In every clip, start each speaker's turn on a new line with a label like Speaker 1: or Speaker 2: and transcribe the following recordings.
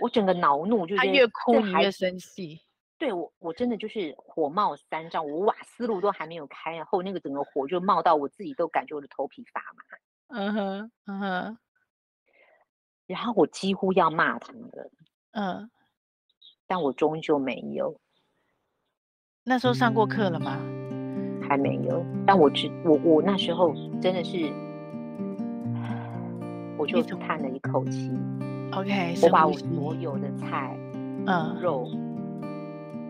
Speaker 1: 我整个恼怒，就
Speaker 2: 他
Speaker 1: 觉得
Speaker 2: 啊越哭
Speaker 1: 这
Speaker 2: 你
Speaker 1: 孩
Speaker 2: 越
Speaker 1: 子
Speaker 2: 生气，
Speaker 1: 对我，我真的就是火冒三丈，我瓦斯炉都还没有开，然后那个整个火就冒到我自己都感觉我的头皮发麻，
Speaker 2: 嗯哼，嗯哼，
Speaker 1: 然后我几乎要骂他了，
Speaker 2: 嗯，
Speaker 1: 但我终究没有，
Speaker 2: 那时候上过课了吗？
Speaker 1: 还没有，但我知我我那时候真的是，我就
Speaker 2: 怎么
Speaker 1: 叹了一口气，
Speaker 2: OK，
Speaker 1: 我
Speaker 2: 深
Speaker 1: 把
Speaker 2: 呼
Speaker 1: 我
Speaker 2: 吸
Speaker 1: 所有的菜
Speaker 2: 嗯
Speaker 1: 肉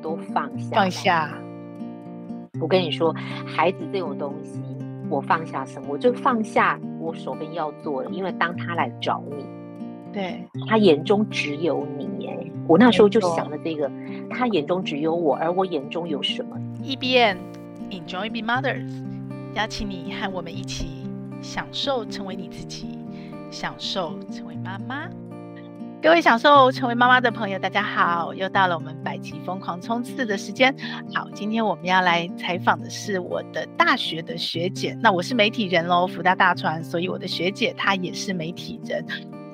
Speaker 1: 都放下，
Speaker 2: 放。下，
Speaker 1: 我跟你说，孩子这种东西，我放下什么？我就放下我手边要做的，因为当他来找你。
Speaker 2: 对，
Speaker 1: 他眼中只有你耶！我那时候就
Speaker 2: 没错
Speaker 1: 想了这个，他眼中只有我，而我眼中有什么？
Speaker 2: EBN Enjoy Be Mothers，邀请你和我们一起享受成为你自己，享受成为妈妈。各位享受成为妈妈的朋友，大家好，又到了我们百集疯狂冲刺的时间。好，今天我们要来采访的是我的大学的学姐，那我是媒体人喽，福大大传，所以我的学姐她也是媒体人。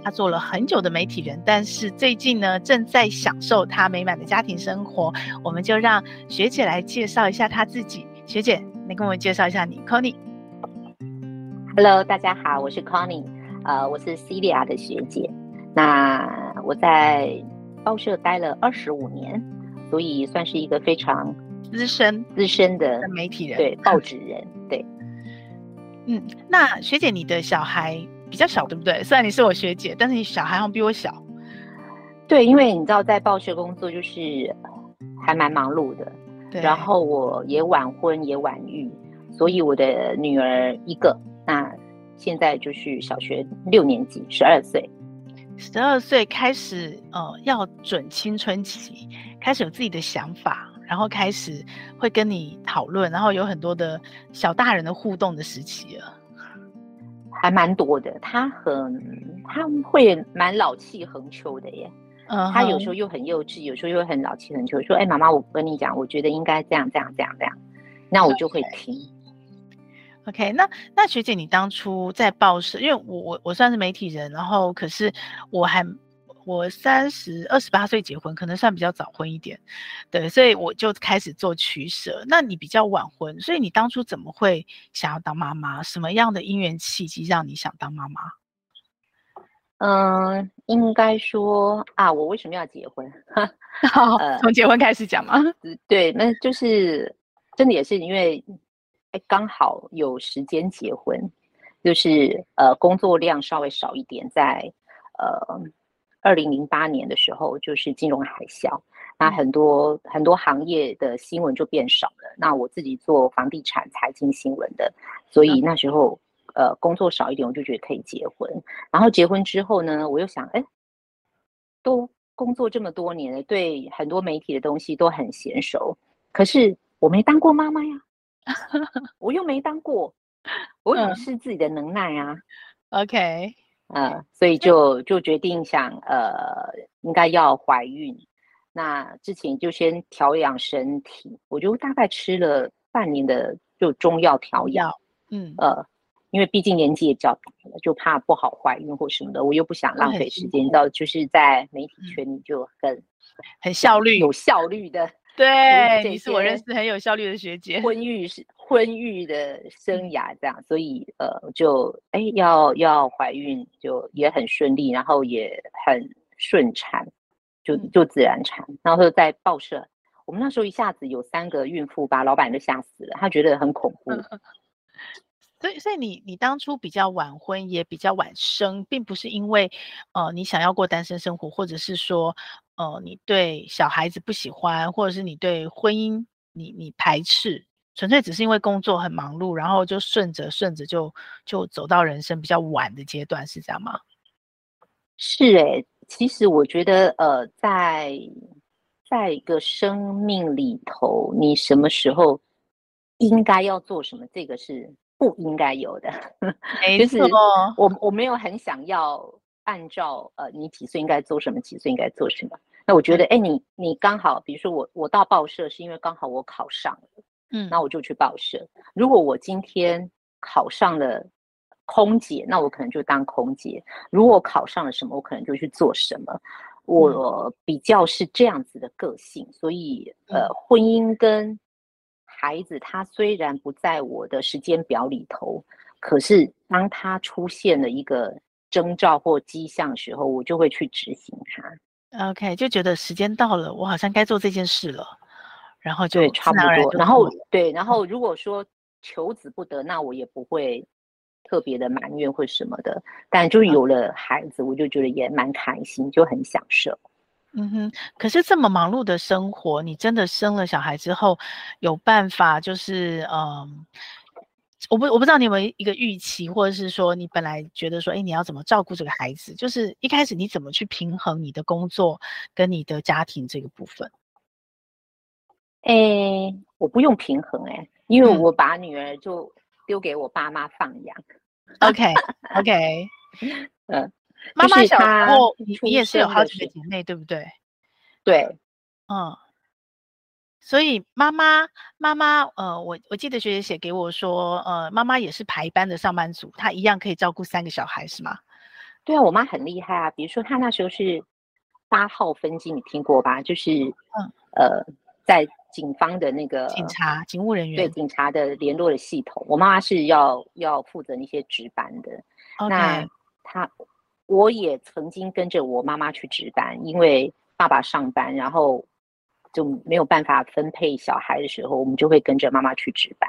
Speaker 2: 她做了很久的媒体人，但是最近呢，正在享受她美满的家庭生活。我们就让学姐来介绍一下她自己。学姐，你跟我们介绍一下你 c o n y
Speaker 1: Hello，大家好，我是 Connie，呃，我是 Celia 的学姐。那我在报社待了二十五年，所以算是一个非常
Speaker 2: 资深
Speaker 1: 资深的
Speaker 2: 的媒体人。，
Speaker 1: 对报纸人。对，
Speaker 2: 嗯，那学姐，你的小孩比较小，对不对？虽然你是我学姐，但是你小孩好像比我小。
Speaker 1: 对，因为你知道，在报社工作就是还蛮忙碌的，
Speaker 2: 对，
Speaker 1: 然后我也晚婚也晚育，所以我的女儿一个，那现在就是小学六年级，十二岁。
Speaker 2: 十二岁开始，呃，要准青春期，开始有自己的想法，然后开始会跟你讨论，然后有很多的小大人的互动的时期了。
Speaker 1: 还蛮多的，她很，她会蛮老气横秋的耶。
Speaker 2: 嗯，
Speaker 1: 她有时候又很幼稚，有时候又很老气横秋，说：“哎，妈妈，我跟你讲，我觉得应该这样这样这样这样。”那我就会听。
Speaker 2: OK，那那学姐，你当初在报社，因为我我我算是媒体人，然后可是我还我三十二十八岁结婚，可能算比较早婚一点，对，所以我就开始做取舍。那你比较晚婚，所以你当初怎么会想要当妈妈？什么样的因缘契机让你想当妈妈？
Speaker 1: 嗯，应该说啊，我为什么要结婚？
Speaker 2: 从结婚开始讲吗？
Speaker 1: 对，那就是真的也是因为，哎，刚好有时间结婚，就是呃工作量稍微少一点，在呃二零零八年的时候，就是金融海啸，那
Speaker 2: 嗯
Speaker 1: 很多很多行业的新闻就变少了。那我自己做房地产、财经新闻的，所以那时候呃工作少一点，我就觉得可以结婚。然后结婚之后呢，我又想，哎，都工作这么多年了，对很多媒体的东西都很娴熟，可是我没当过妈 妈呀，我又没当过，我
Speaker 2: 嗯
Speaker 1: 有是自己的能耐啊，
Speaker 2: OK，
Speaker 1: 呃，所以就就决定想，呃，应该要怀孕。那之前就先调养身体，我就大概吃了半年的就中药调养，
Speaker 2: 要，嗯，
Speaker 1: 呃，因为毕竟年纪也较大了，就怕不好怀孕或什么的，我又不想
Speaker 2: 那
Speaker 1: 浪
Speaker 2: 很
Speaker 1: 费
Speaker 2: 辛
Speaker 1: 时间，你知道，就是在媒体
Speaker 2: 嗯
Speaker 1: 圈里就很
Speaker 2: 很效率，
Speaker 1: 有效率的
Speaker 2: 对，
Speaker 1: 这
Speaker 2: 你是我认
Speaker 1: 些
Speaker 2: 识很有效率的 学姐。
Speaker 1: 婚育是婚育的生涯这样，所以呃，就哎要要怀孕就也很顺利，然后也很顺产，就
Speaker 2: 嗯
Speaker 1: 就自然产。然后在报社，我们那时候一下子有三个孕妇，把老板都吓死了，他觉得很恐怖。
Speaker 2: 所以，所以你你当初比较晚婚，也比较晚生，并不是因为，呃，你想要过单身生活，或者是说，呃，你对小孩子不喜欢，或者是你对婚姻你你排斥，纯粹只是因为工作很忙碌，然后就顺着顺着就就走到人生比较晚的阶段，是这样吗？
Speaker 1: 是诶、其实我觉得，呃，在在一个生命里头，你什么时候应该要做什么，这个是不应该有的。
Speaker 2: 没
Speaker 1: 就是
Speaker 2: 错，哦
Speaker 1: 我我没有很想要按照呃你几岁应该做什么，几岁应该做什么。那我觉得，哎，你你刚好，比如说我我到报社是因为刚好我考上了，
Speaker 2: 嗯，
Speaker 1: 那我就去报社。如果我今天考上了空姐，那我可能就当空姐；如果我考上了什么，我可能就去做什么。我比较是这样子的个性，所以呃，婚姻跟孩子，他虽然不在我的时间表里头，可是当他出现了一个征兆或迹象时候，我就会去执行它。
Speaker 2: OK，就觉得时间到了，我好像该做这件事了，然后就
Speaker 1: 对，差不
Speaker 2: 自然而
Speaker 1: 多。
Speaker 2: 就
Speaker 1: 然
Speaker 2: 做
Speaker 1: 后
Speaker 2: 了嗯
Speaker 1: 对，然后如果说求子不得，那我也不会特别的埋怨或什么的。但
Speaker 2: 嗯
Speaker 1: 就是有了孩子，我就觉得也蛮开心，就很享受。
Speaker 2: 嗯哼，可是这么忙碌的生活，你真的生了小孩之后，有办法就是嗯，我不我不知道你有没有一个预期，或者是说你本来觉得说，哎，你要怎么照顾这个孩子？就是一开始你怎么去平衡你的工作跟你的家庭这个 部分？
Speaker 1: 诶，我不用平衡诶，因为
Speaker 2: 嗯
Speaker 1: 我把女儿就丢给我爸妈放养。
Speaker 2: OK OK，
Speaker 1: 嗯，
Speaker 2: 妈
Speaker 1: 就
Speaker 2: 妈
Speaker 1: 是
Speaker 2: 小时
Speaker 1: 她
Speaker 2: 候你
Speaker 1: 出
Speaker 2: 你也是有
Speaker 1: 生
Speaker 2: 好
Speaker 1: 的
Speaker 2: 几个
Speaker 1: 时
Speaker 2: 姐妹，对不对？
Speaker 1: 对，
Speaker 2: 嗯，所以妈妈妈妈呃，我我记得学姐写给我说，呃，妈妈也是排班的上班族，她一样可以照顾三个小孩，是吗？
Speaker 1: 对啊，我妈很厉害啊。比如说，她那时候是八号分机，你听过吧？就是，呃，在警方的那个
Speaker 2: 嗯警察、警务人
Speaker 1: 呃对
Speaker 2: 员。
Speaker 1: 警察的联络的系统，我妈妈是要要负责那些值班的。那
Speaker 2: OK，
Speaker 1: 她，我也曾经跟着我妈妈去值班，因为爸爸上班，然后就没有办法分配小孩的时候，我们就会跟着妈妈去值班。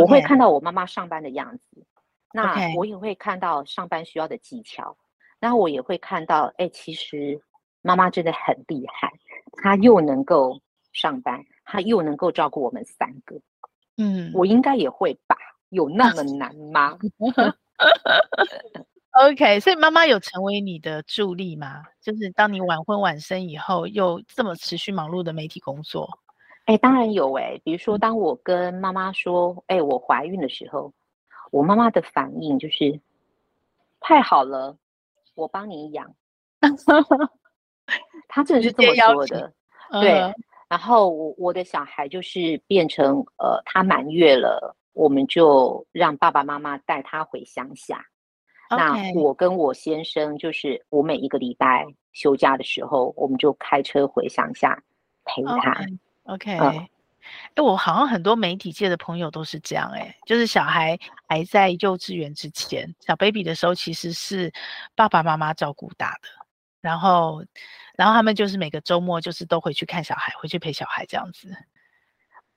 Speaker 1: 我会
Speaker 2: OK
Speaker 1: 看到我妈妈上班的样子，那
Speaker 2: OK
Speaker 1: 我也会看到上班需要的技巧，然后我也会看到，哎，其实妈妈真的很厉害，她又能够上班，她又能够照顾我们三个。
Speaker 2: 嗯
Speaker 1: 我应该也会吧？有那 么难吗？
Speaker 2: ，OK，所以妈妈有成为你的助力吗？就是当你晚婚晚生以后，又这么持续忙碌的媒体工作，
Speaker 1: 哎，当然有哎。比如说，当我跟妈妈说，哎，我怀孕的时候，我妈妈的反应就是，太好了，我帮你 养。她真的是这
Speaker 2: 直接邀
Speaker 1: 么说
Speaker 2: 请
Speaker 1: 的。对
Speaker 2: 呃
Speaker 1: 然后我我的小孩就是变成呃，他满月了，我们就让爸爸妈妈带他回乡下。那
Speaker 2: ，OK，
Speaker 1: 我跟我先生就是我每一个礼拜休假的时候，我们就开车回乡下陪他。
Speaker 2: OK，哎、
Speaker 1: 嗯
Speaker 2: 我好像很多媒体界的朋友都是这样、哎，就是小孩还在幼稚园之前，小 baby 的时候，其实是爸爸妈妈照顾大的，然后，然后他们就是每个周末就是都回去看小孩，回去陪小孩这样子。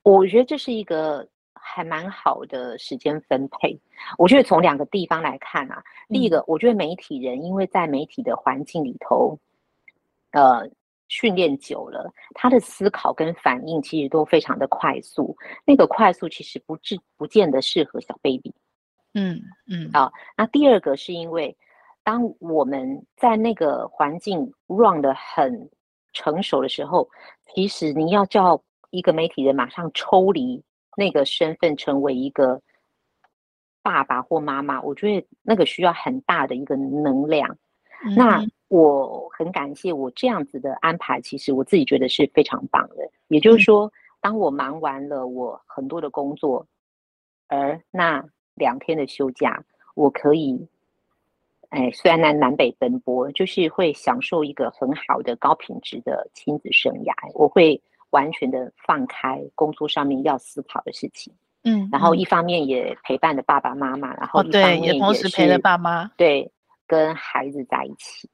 Speaker 1: 我觉得这是一个还蛮好的时间分配。我觉得从两个地方来看啊，第一
Speaker 2: 嗯
Speaker 1: 个，我觉得媒体人因为在媒体的环境里头，呃，训练久了，他的思考跟反应其实都非常的快速。那个快速其实不至不见得适合小 baby。
Speaker 2: 嗯嗯
Speaker 1: 啊那第二个是因为，当我们在那个环境 run 的很成熟的时候，其实你要叫一个媒体人马上抽离那个身份，成为一个爸爸或妈妈，我觉得那个需要很大的一个能量。
Speaker 2: 嗯
Speaker 1: 那
Speaker 2: 哼
Speaker 1: 我很感谢我这样子的安排，其实我自己觉得是非常棒的。也就是
Speaker 2: 嗯
Speaker 1: 说，当我忙完了我很多的工作，而那两天的休假，我可以，哎，虽然南南北奔波，就是会享受一个很好的高品质的亲子生涯。我会完全的放开工作上面要思考的事情，
Speaker 2: 嗯，
Speaker 1: 然后
Speaker 2: 嗯
Speaker 1: 一方面也陪伴了爸爸妈妈，然后
Speaker 2: 哦
Speaker 1: 一方
Speaker 2: 对，也
Speaker 1: 面
Speaker 2: 同时陪了
Speaker 1: 是
Speaker 2: 爸妈。
Speaker 1: 对跟孩子在一起。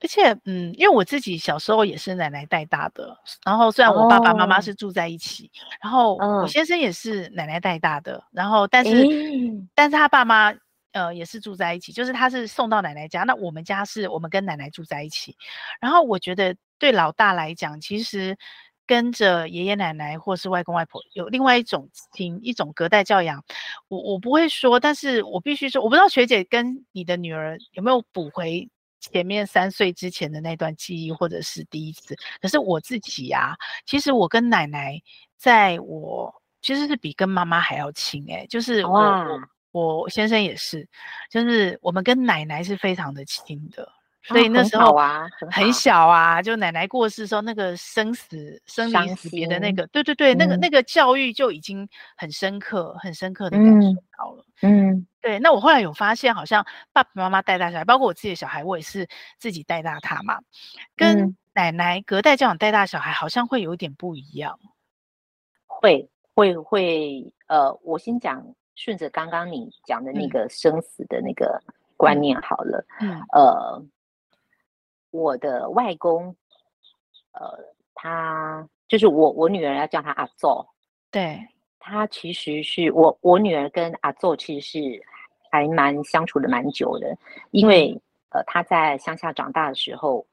Speaker 2: 而且，嗯，因为我自己小时候也是奶奶带大的，然后虽然我爸爸妈妈
Speaker 1: 哦
Speaker 2: 是住在一起，然后我
Speaker 1: 嗯
Speaker 2: 先生也是奶奶带大的，然后但是，
Speaker 1: 诶
Speaker 2: 但是他爸妈呃也是住在一起，就是他是送到奶奶家，那我们家是我们跟奶奶住在一起，然后我觉得对老大来讲，其实跟着爷爷奶奶或是外公外婆有另外一种亲，一种隔代教养。我我不会说，但是我必须说，我不知道学姐跟你的女儿有没有补回前面三岁之前的那段记忆，或者是第一次。可是我自己啊，其实我跟奶奶在我其实是比跟妈妈还要亲诶、就是我
Speaker 1: 哇，
Speaker 2: 我我先生也是，就是我们跟奶奶是非常的亲的。所
Speaker 1: 啊
Speaker 2: 以那
Speaker 1: 很
Speaker 2: 时
Speaker 1: 好
Speaker 2: 候
Speaker 1: 啊，很
Speaker 2: 很
Speaker 1: 好
Speaker 2: 小啊，就奶奶过世的时候，那个生死、生离
Speaker 1: 伤
Speaker 2: 死别的那
Speaker 1: 心
Speaker 2: 个，对对对，那个
Speaker 1: 嗯
Speaker 2: 那个教育就已经很深刻、很深刻的感受
Speaker 1: 嗯
Speaker 2: 到了。
Speaker 1: 嗯，
Speaker 2: 对，那我后来有发现，好像爸爸妈妈带大小孩，包括我自己的小孩，我也是自己带大他嘛，跟
Speaker 1: 嗯
Speaker 2: 奶奶隔代教养带大小孩，好像会有一点不一样。
Speaker 1: 会会会，呃，我先讲，顺着刚刚你讲的那
Speaker 2: 嗯
Speaker 1: 个生死的那个观
Speaker 2: 嗯
Speaker 1: 念好了，
Speaker 2: 嗯
Speaker 1: 呃，我的外公，呃，他就是我我女儿要叫他阿祖，
Speaker 2: 对，
Speaker 1: 他其实是我我女儿跟阿祖其实是还蛮相处的蛮久的，因为呃他在乡下长大的时候，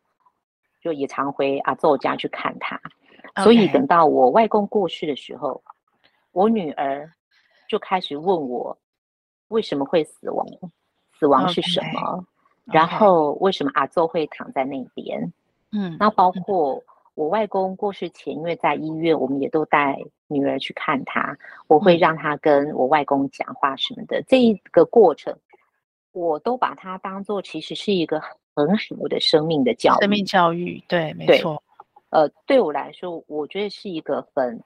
Speaker 1: 就也常回阿祖家去看他，所以
Speaker 2: OK
Speaker 1: 等到我外公过世的时候，我女儿就开始问我为什么会死亡，死亡是什
Speaker 2: OK
Speaker 1: 么然
Speaker 2: OK
Speaker 1: 后为什么阿祖会躺在那边，
Speaker 2: 嗯
Speaker 1: 那包括我外公过世前，因为在医院，我们也都带女儿去看他，我会
Speaker 2: 嗯
Speaker 1: 让他跟我外公讲话什么的，这一个过程，我都把它当做其实是一个很好的生命的教
Speaker 2: 生命
Speaker 1: 育。
Speaker 2: 教育，对，没
Speaker 1: 对
Speaker 2: 错，
Speaker 1: 呃，对我来说，我觉得是一个很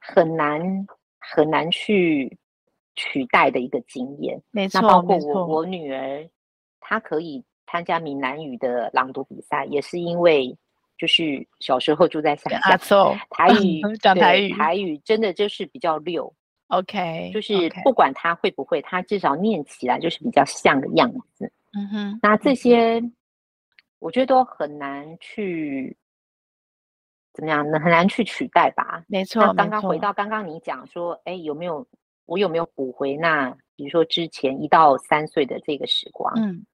Speaker 1: 很难很难去取代的一个经验。
Speaker 2: 没
Speaker 1: 那
Speaker 2: 错，
Speaker 1: 包括
Speaker 2: 没
Speaker 1: 我
Speaker 2: 错
Speaker 1: 我女儿，她可以参加闽南语的朗读比赛，也是因为就是小时候住在乡
Speaker 2: 跟阿
Speaker 1: 下，
Speaker 2: 奏
Speaker 1: 台语
Speaker 2: 讲
Speaker 1: 对
Speaker 2: 台语
Speaker 1: 台语真的就是比较溜，
Speaker 2: ，OK，
Speaker 1: 就是
Speaker 2: ，OK，
Speaker 1: 不管她会不会，她至少念起来就是比较像个样子。
Speaker 2: 嗯哼，
Speaker 1: 那
Speaker 2: 嗯
Speaker 1: 这些我觉得都很难去怎么样呢？很难去取代吧。
Speaker 2: 没
Speaker 1: 那
Speaker 2: 错，没
Speaker 1: 刚刚回
Speaker 2: 错
Speaker 1: 到刚刚你讲说，哎，有没有我有没有补回那比如说之前一到三岁的这个时光？
Speaker 2: 嗯，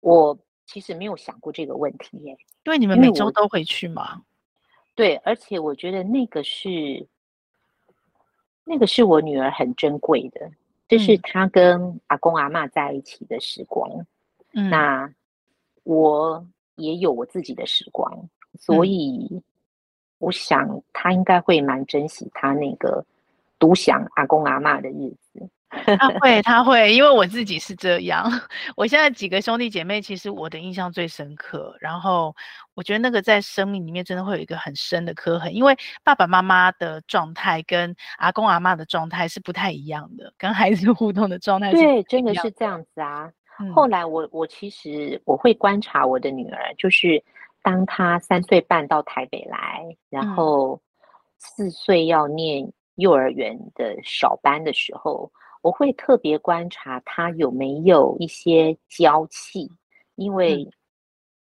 Speaker 1: 我其实没有想过这个问题耶。
Speaker 2: 因为你们
Speaker 1: 因为
Speaker 2: 每周
Speaker 1: 我
Speaker 2: 都回去嘛，
Speaker 1: 对，而且我觉得那个是那个是我女儿很珍贵的，这是
Speaker 2: 嗯
Speaker 1: 她跟阿公阿嬷在一起的时光。
Speaker 2: 嗯，
Speaker 1: 那我也有我自己的时光，所
Speaker 2: 嗯
Speaker 1: 以我想她应该会蛮珍惜她那个独享阿公阿嬷的日子。
Speaker 2: 他 会，他会，因为我自己是这样。 我现在几个兄弟姐妹，其实我的印象最深刻。然后我觉得那个在生命里面真的会有一个很深的刻痕，因为爸爸妈妈的状态跟阿公阿嬷的状态是不太一样的，跟孩子 互动的状态是
Speaker 1: 对，真的
Speaker 2: 样
Speaker 1: 是这样子啊。
Speaker 2: 嗯
Speaker 1: 后来我我其实我会观察我的女儿，就是当她三岁半到台北来，然
Speaker 2: 嗯
Speaker 1: 后四岁要念幼儿园的少班的时候，我会特别观察她有没有一些娇气，
Speaker 2: 嗯
Speaker 1: 因为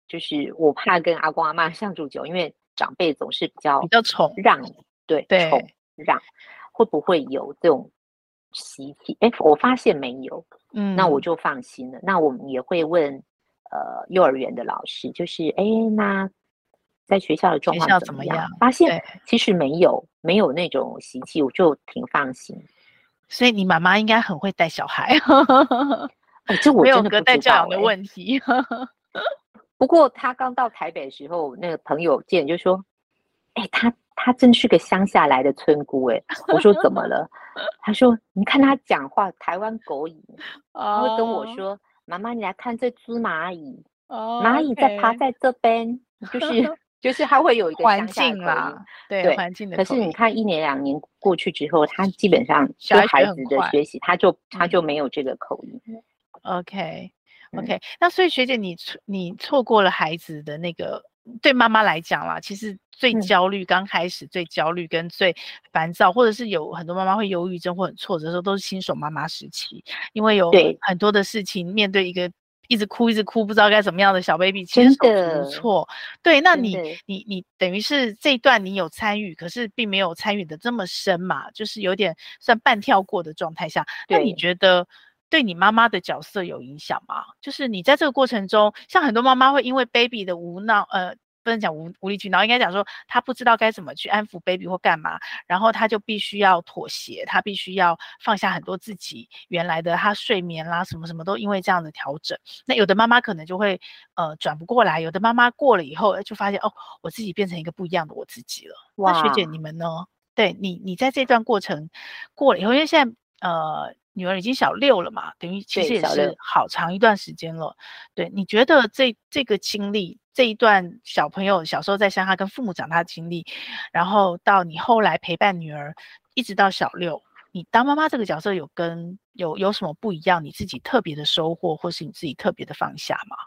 Speaker 1: 就是我怕跟阿公阿妈相处久，因为长辈总是比较
Speaker 2: 比较宠，
Speaker 1: 让对
Speaker 2: 对
Speaker 1: 宠让，会不会有这种习气？哎，我发现没有，
Speaker 2: 嗯，
Speaker 1: 那我就放心了。那我们也会问呃幼儿园的老师，就是哎那在学校的状
Speaker 2: 学
Speaker 1: 况
Speaker 2: 校
Speaker 1: 怎
Speaker 2: 怎
Speaker 1: 么
Speaker 2: 么样
Speaker 1: 发现
Speaker 2: 对
Speaker 1: 其实没有没有那种习气，我就挺放心。
Speaker 2: 所以你妈妈应该很会带小孩，
Speaker 1: 哎，这我
Speaker 2: 没有
Speaker 1: 真的
Speaker 2: 隔
Speaker 1: 不
Speaker 2: 代
Speaker 1: 知
Speaker 2: 教
Speaker 1: 道
Speaker 2: 养的
Speaker 1: 哎
Speaker 2: 问题。
Speaker 1: 不过他刚到台北的时候，那个朋友见就说：“哎、他他真是个乡下来的村姑。” 哎，我说怎么了？他说：“你看他讲话台湾狗语，他会跟我
Speaker 2: 哦，
Speaker 1: 说：‘妈妈，你来看这只蚂蚁，
Speaker 2: 哦
Speaker 1: 蚂蚁在趴
Speaker 2: OK
Speaker 1: 在这边。’就是 就是他会有一个
Speaker 2: 环
Speaker 1: 乡下的
Speaker 2: 境
Speaker 1: 口
Speaker 2: 啦
Speaker 1: 音。，
Speaker 2: 对
Speaker 1: 对
Speaker 2: 环境的
Speaker 1: 可
Speaker 2: 口
Speaker 1: 是
Speaker 2: 音。
Speaker 1: 你看一年两年过去之后，他基本上
Speaker 2: 小
Speaker 1: 对
Speaker 2: 孩学
Speaker 1: 孩
Speaker 2: 很
Speaker 1: 子的
Speaker 2: 快
Speaker 1: 学习，他就他就
Speaker 2: 嗯
Speaker 1: 没有这个口音。
Speaker 2: OK
Speaker 1: 嗯
Speaker 2: OK，、那所以学姐你错你错过了孩子的那个，对妈妈来讲啦，其实最
Speaker 1: 嗯
Speaker 2: 焦虑，刚开始最焦虑跟最烦躁，或者是有很多妈妈会忧郁症或很挫折的时候，都是新手妈妈时期，因为有
Speaker 1: 对
Speaker 2: 很多的事情面对一个。一直哭，一直哭，不知道该怎么样的小 baby，其
Speaker 1: 真
Speaker 2: 实手足无
Speaker 1: 的
Speaker 2: 措。对，那
Speaker 1: 真
Speaker 2: 你
Speaker 1: 的
Speaker 2: 你你等于是这一段你有参与，可是并没有参与的这么深嘛，就是有点算半跳过的状态下。那你
Speaker 1: 对
Speaker 2: 觉得对你妈妈的角色有影响吗？就是你在这个过程中，像很多妈妈会因为 baby 的无闹，呃，不能讲无无理取闹，应该讲说她不知道该怎么去安抚 baby 或干嘛，然后她就必须要妥协，她必须要放下很多自己原来的她睡眠啦，什么什么都因为这样的调整。那有的妈妈可能就会呃转不过来，有的妈妈过了以后呃就发现哦，我自己变成一个不一样的我自己了。那学姐
Speaker 1: 哇
Speaker 2: 你们呢？对你，你在这段过程过了以后，因为现在呃女儿已经小六了嘛，等于其
Speaker 1: 对
Speaker 2: 实也
Speaker 1: 小六
Speaker 2: 是好长一段时间了。对，你觉得这这个经历，这一段小朋友小时候在乡下跟父母长大的经历，然后到你后来陪伴女儿，一直到小六，你当妈妈这个角色有跟有有什么不一样？你自己特别的收获，或是你自己特别的放下吗？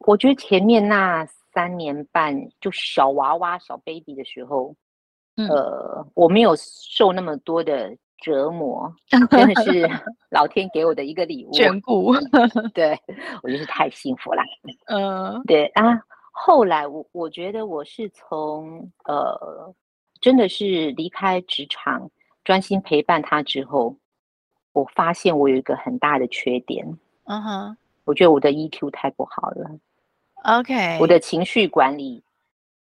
Speaker 1: 我觉得前面那三年半就小娃娃、小 baby 的时候，
Speaker 2: 嗯
Speaker 1: 呃，我没有受那么多的折 磨，真的是老天给我的一个礼物。
Speaker 2: 眷顾，
Speaker 1: 对我真是太幸福啦。
Speaker 2: 呃，
Speaker 1: 对啊，后来我我觉得我是从呃，真的是离开职场，专心陪伴他之后，我发现我有一个很大的缺点，
Speaker 2: 嗯哼
Speaker 1: 我觉得我的 EQ 太不好了，
Speaker 2: ，OK，
Speaker 1: 我的情绪管理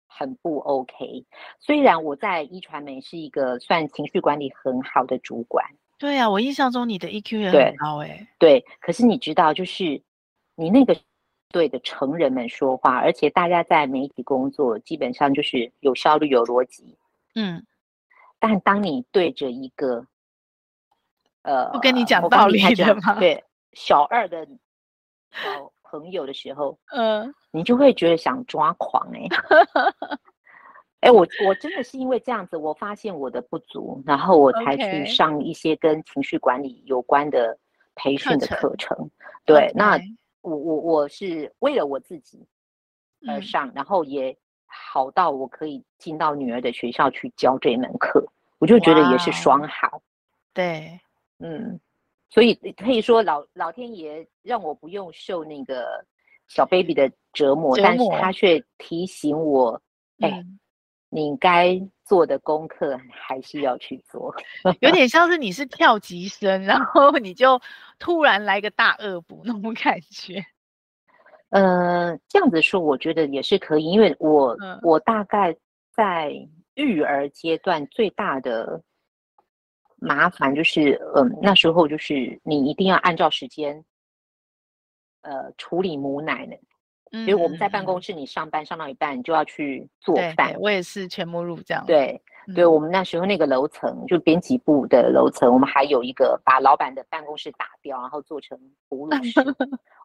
Speaker 1: 很不 OK。虽然我在一传媒是一个算情绪管理很好的主管，
Speaker 2: 对啊，我印象中你的 EQ 也
Speaker 1: 对
Speaker 2: 很高哎、
Speaker 1: 对，可是你知道，就是你那个对的成人们说话，而且大家在媒体工作，基本上就是有效率、有逻辑。
Speaker 2: 嗯，
Speaker 1: 但当你对着一个呃
Speaker 2: 不跟你讲
Speaker 1: 某方
Speaker 2: 道
Speaker 1: 厉
Speaker 2: 理
Speaker 1: 害之
Speaker 2: 的
Speaker 1: 后
Speaker 2: 吗
Speaker 1: 对小二的小朋友的时候，
Speaker 2: 呃，
Speaker 1: 你就会觉得想抓狂 哎、欸。哎、我我真的是因为这样子，我发现我的不足，然后我才
Speaker 2: OK
Speaker 1: 去上一些跟情绪管理有关的培
Speaker 2: 课
Speaker 1: 训的
Speaker 2: 程
Speaker 1: 课程。对
Speaker 2: OK，
Speaker 1: 那我我我是为了我自己而
Speaker 2: 嗯
Speaker 1: 上，然后也好到我可以进到女儿的学校去教这门课，我就觉得也是
Speaker 2: 哇哦
Speaker 1: 双好，
Speaker 2: 对，
Speaker 1: 嗯，所以可以说老老天爷让我不用受那个小 baby 的折磨，
Speaker 2: 折
Speaker 1: 但是
Speaker 2: 磨
Speaker 1: 他却提醒我，哎、
Speaker 2: 嗯，
Speaker 1: 你该做的功课还是要去做，
Speaker 2: 有点像是你是跳级生，然后你就突然来个大恶补那种感觉，
Speaker 1: 呃，这样子说，我觉得也是可以，因为我、
Speaker 2: 嗯
Speaker 1: 我大概在育儿阶段最大的麻烦就是，嗯，那时候就是你一定要按照时间，呃，处理母奶呢。
Speaker 2: 因
Speaker 1: 比如我们在办公室，
Speaker 2: 室
Speaker 1: 你上班上到一半，你就要去做
Speaker 2: 嗯对嗯
Speaker 1: 饭
Speaker 2: 对，。我也是全母乳这样，，
Speaker 1: 对对，我们那时候那个楼层，就编辑部的楼层，我们还有一个把老板的办公室打掉，然后做成哺 乳室，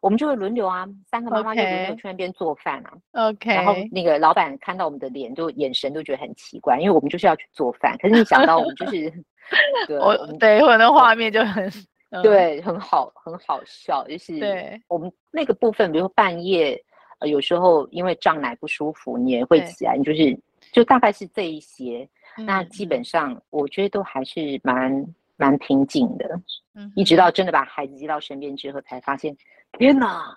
Speaker 1: 我们就会轮流啊，三个妈妈就轮流
Speaker 2: OK 哎
Speaker 1: 去那边做饭啊。
Speaker 2: 嗯 OK，
Speaker 1: 然后那个老板看到我们的脸，就眼神都觉得很奇怪，因为我们就是要去做饭，可是你想到我们就是，呃 对，
Speaker 2: 我
Speaker 1: 我们
Speaker 2: 对我的画面就很，嗯
Speaker 1: 对，很好，很好笑，就是
Speaker 2: 对
Speaker 1: 我们那个部分，比如说半夜，呃，有时候因为胀奶不舒服，你也会
Speaker 2: 对
Speaker 1: 起来，你就是就大概是这一些。那
Speaker 2: 嗯
Speaker 1: 基本上我觉得都还是蛮蛮平静的，
Speaker 2: 嗯
Speaker 1: 一直
Speaker 2: 哼
Speaker 1: 到真的把孩子接到身边之后，才发现，天哪，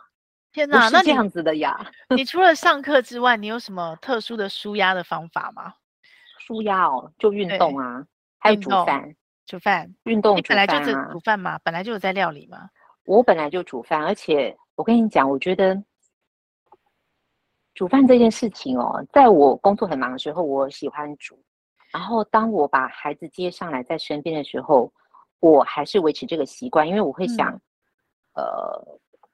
Speaker 2: 天
Speaker 1: 不
Speaker 2: 哪，
Speaker 1: 是
Speaker 2: 那
Speaker 1: 这
Speaker 2: 你
Speaker 1: 样子的呀！
Speaker 2: 你除了上课之外，你有什么特殊的舒压的方法吗？
Speaker 1: 舒压哦，就运
Speaker 2: 对
Speaker 1: 动啊，还有
Speaker 2: 运
Speaker 1: 煮
Speaker 2: 动
Speaker 1: 饭，
Speaker 2: 煮饭，
Speaker 1: 运动
Speaker 2: 你
Speaker 1: 煮
Speaker 2: 本来
Speaker 1: 饭
Speaker 2: 就只
Speaker 1: 啊
Speaker 2: 煮。饭嘛，本来就有在料理嘛。
Speaker 1: 我本来就煮饭，而且我跟你讲，我觉得煮饭这件事情哦，在我工作很忙的时候，我喜欢煮。然后当我把孩子接上来在身边的时候，我还是维持这个习惯，因为我
Speaker 2: 嗯
Speaker 1: 会想，呃，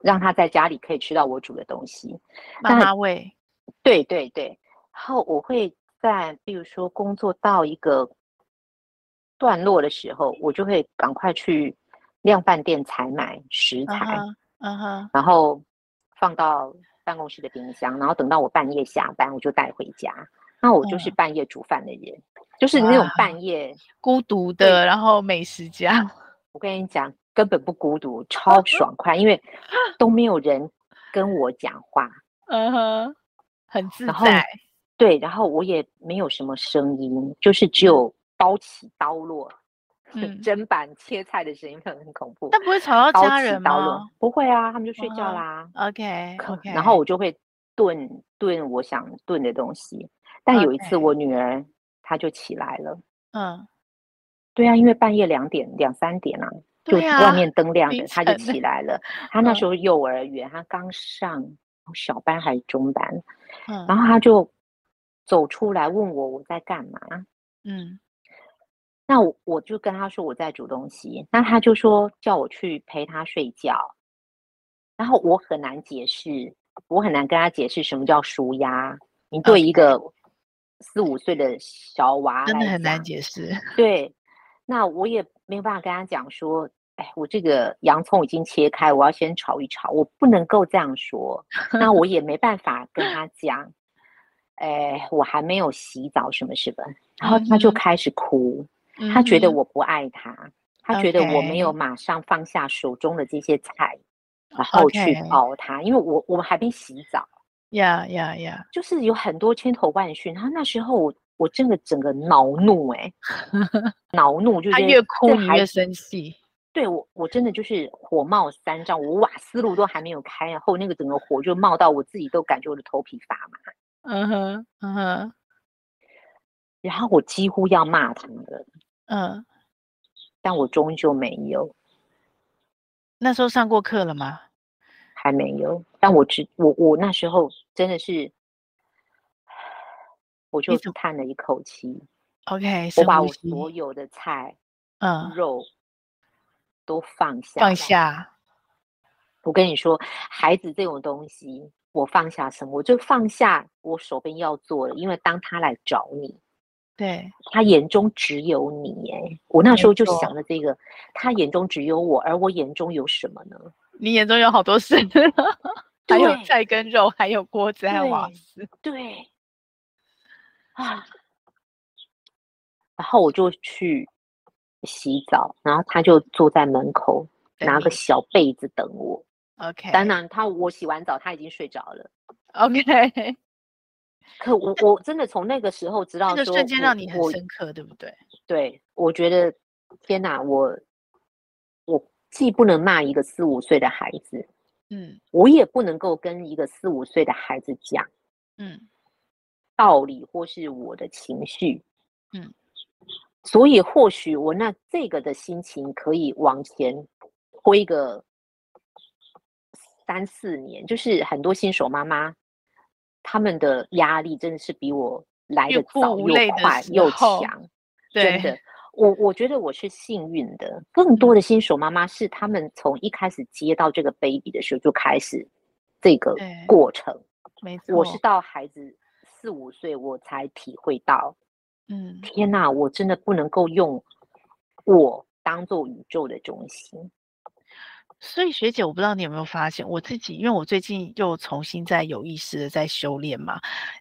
Speaker 1: 让他在家里可以吃到我煮的东西。
Speaker 2: 妈
Speaker 1: 那
Speaker 2: 妈喂，
Speaker 1: 对对对，然后我会在比如说工作到一个段落的时候，我就会赶快去量贩店采买食
Speaker 2: 嗯
Speaker 1: 材。
Speaker 2: 哼，嗯哼，
Speaker 1: 然后放到办公室的冰箱，然后等到我半夜下班，我就带回家。那我就是半夜煮饭的人，就是那种
Speaker 2: 嗯哇
Speaker 1: 半夜，
Speaker 2: 孤独
Speaker 1: 对
Speaker 2: 的，然后美食家，
Speaker 1: 我跟你讲，根本不孤独，超爽快，因 为都没有人跟我讲话，
Speaker 2: 嗯哼，很自
Speaker 1: 然后
Speaker 2: 在，
Speaker 1: 对，然后我也没有什么声音，就是只有包起刀落。
Speaker 2: 嗯
Speaker 1: 砧板切菜的声音很恐怖，
Speaker 2: 但不会吵到
Speaker 1: 包
Speaker 2: 家
Speaker 1: 起
Speaker 2: 人
Speaker 1: 刀落
Speaker 2: 吗
Speaker 1: 不会啊，他们就睡觉
Speaker 2: 哇
Speaker 1: 啦。
Speaker 2: ？OK
Speaker 1: 可
Speaker 2: OK，
Speaker 1: 然后我就会炖炖我想炖的东西。但有一次
Speaker 2: OK
Speaker 1: 我女儿她就起来了，
Speaker 2: 嗯，
Speaker 1: 对啊，因为半夜两点两三点啊，就
Speaker 2: 对啊
Speaker 1: 外，面灯亮
Speaker 2: 凌
Speaker 1: 着，她就
Speaker 2: 晨
Speaker 1: 起来了。她那
Speaker 2: 嗯
Speaker 1: 时候幼儿园，她刚上小班还是中班，然
Speaker 2: 嗯
Speaker 1: 后她就走出来问我我在干嘛。
Speaker 2: 嗯
Speaker 1: 那我我就跟她说我在煮东西，那她就说叫我去陪她睡觉，然后我很难解释，我很难跟她解释什么叫舒压。你对一个四五岁的小娃
Speaker 2: 真的
Speaker 1: 来
Speaker 2: 很难
Speaker 1: 讲
Speaker 2: 解释。
Speaker 1: 对，那我也没有办法跟她讲说，哎，我这个洋葱已经切开，我要先炒一炒，我不能够这样 说，那我也没办法跟她讲，哎，我还没有洗澡什么什么，然后她就
Speaker 2: 嗯哼
Speaker 1: 开始哭。
Speaker 2: 嗯
Speaker 1: 他觉得
Speaker 2: 哼
Speaker 1: 我不爱他，他觉得我没有
Speaker 2: OK
Speaker 1: 马上放下手中的这些菜，然后去
Speaker 2: OK
Speaker 1: 抱他，因为我我们还没洗澡，
Speaker 2: 呀呀呀，
Speaker 1: 就是有很多千头万绪。然后那时候我我真的整个恼怒、 欸，恼怒就
Speaker 2: 他
Speaker 1: 是
Speaker 2: 越哭
Speaker 1: 这
Speaker 2: 你
Speaker 1: 孩
Speaker 2: 越
Speaker 1: 子
Speaker 2: 生气，
Speaker 1: 对我我真的就是火冒三丈，我瓦斯炉都还没有开，然后那个整个火就冒到我自己都感觉我的头皮发麻，
Speaker 2: 嗯哼嗯哼
Speaker 1: 然后我几乎要骂他了，
Speaker 2: 嗯，
Speaker 1: 但我终究没有。
Speaker 2: 那时候上过课了吗？
Speaker 1: 还没有，但我知我我那时候真的是，我就
Speaker 2: 怎么
Speaker 1: 叹了一口气，
Speaker 2: OK，
Speaker 1: 我
Speaker 2: 深
Speaker 1: 把
Speaker 2: 呼
Speaker 1: 我
Speaker 2: 吸
Speaker 1: 所有的菜、
Speaker 2: 嗯
Speaker 1: 肉都放下，
Speaker 2: 放。下，
Speaker 1: 我跟你说，孩子这种东西，我放下什么，我就放下我手边要做的，因为当他来找你，
Speaker 2: 对，
Speaker 1: 他眼中只有你。哎，我那时
Speaker 2: 没
Speaker 1: 候就
Speaker 2: 错
Speaker 1: 想着这个，他眼中只有我，而我眼中有什么呢？
Speaker 2: 你眼中有好多事， 还有
Speaker 1: 对
Speaker 2: 菜跟肉，还有锅子，还有瓦
Speaker 1: 对
Speaker 2: 斯，
Speaker 1: 对，啊，然后我就去洗澡，然后他就坐在门口
Speaker 2: 等
Speaker 1: 拿个
Speaker 2: 你
Speaker 1: 小被子等我。
Speaker 2: OK，
Speaker 1: 当然，他我洗完澡他已经睡着了。
Speaker 2: OK，
Speaker 1: 可我我真的从那个时候知道
Speaker 2: 那
Speaker 1: 说，
Speaker 2: 个瞬间让你很
Speaker 1: 我我
Speaker 2: 深刻，对不对？
Speaker 1: 对我觉得天哪，我我既不能骂一个四五岁的孩子，
Speaker 2: 嗯
Speaker 1: 我也不能够跟一个四五岁的孩子讲。
Speaker 2: 嗯
Speaker 1: 道理或是我的情绪，
Speaker 2: 嗯，
Speaker 1: 所以或许我那这个的心情可以往前推个三四年，就是很多新手妈妈他们的压力真的是比我来
Speaker 2: 欲
Speaker 1: 的
Speaker 2: 哭
Speaker 1: 早
Speaker 2: 无
Speaker 1: 又
Speaker 2: 泪的
Speaker 1: 快
Speaker 2: 时
Speaker 1: 又
Speaker 2: 候
Speaker 1: 强，
Speaker 2: 对嗯
Speaker 1: 真的。我我觉得我是幸运的，更多的新手妈妈是他们从一开始接到这个 baby 的时候就开始这个
Speaker 2: 对
Speaker 1: 过程，
Speaker 2: 没错，
Speaker 1: 我是到孩子四五岁，我才体会到，
Speaker 2: 嗯
Speaker 1: 天哪，我真的不能够用我当做宇宙的中心。
Speaker 2: 所以学姐，我不知道你有没有发现，我自己因为我最近又重新在有意识的在修炼嘛，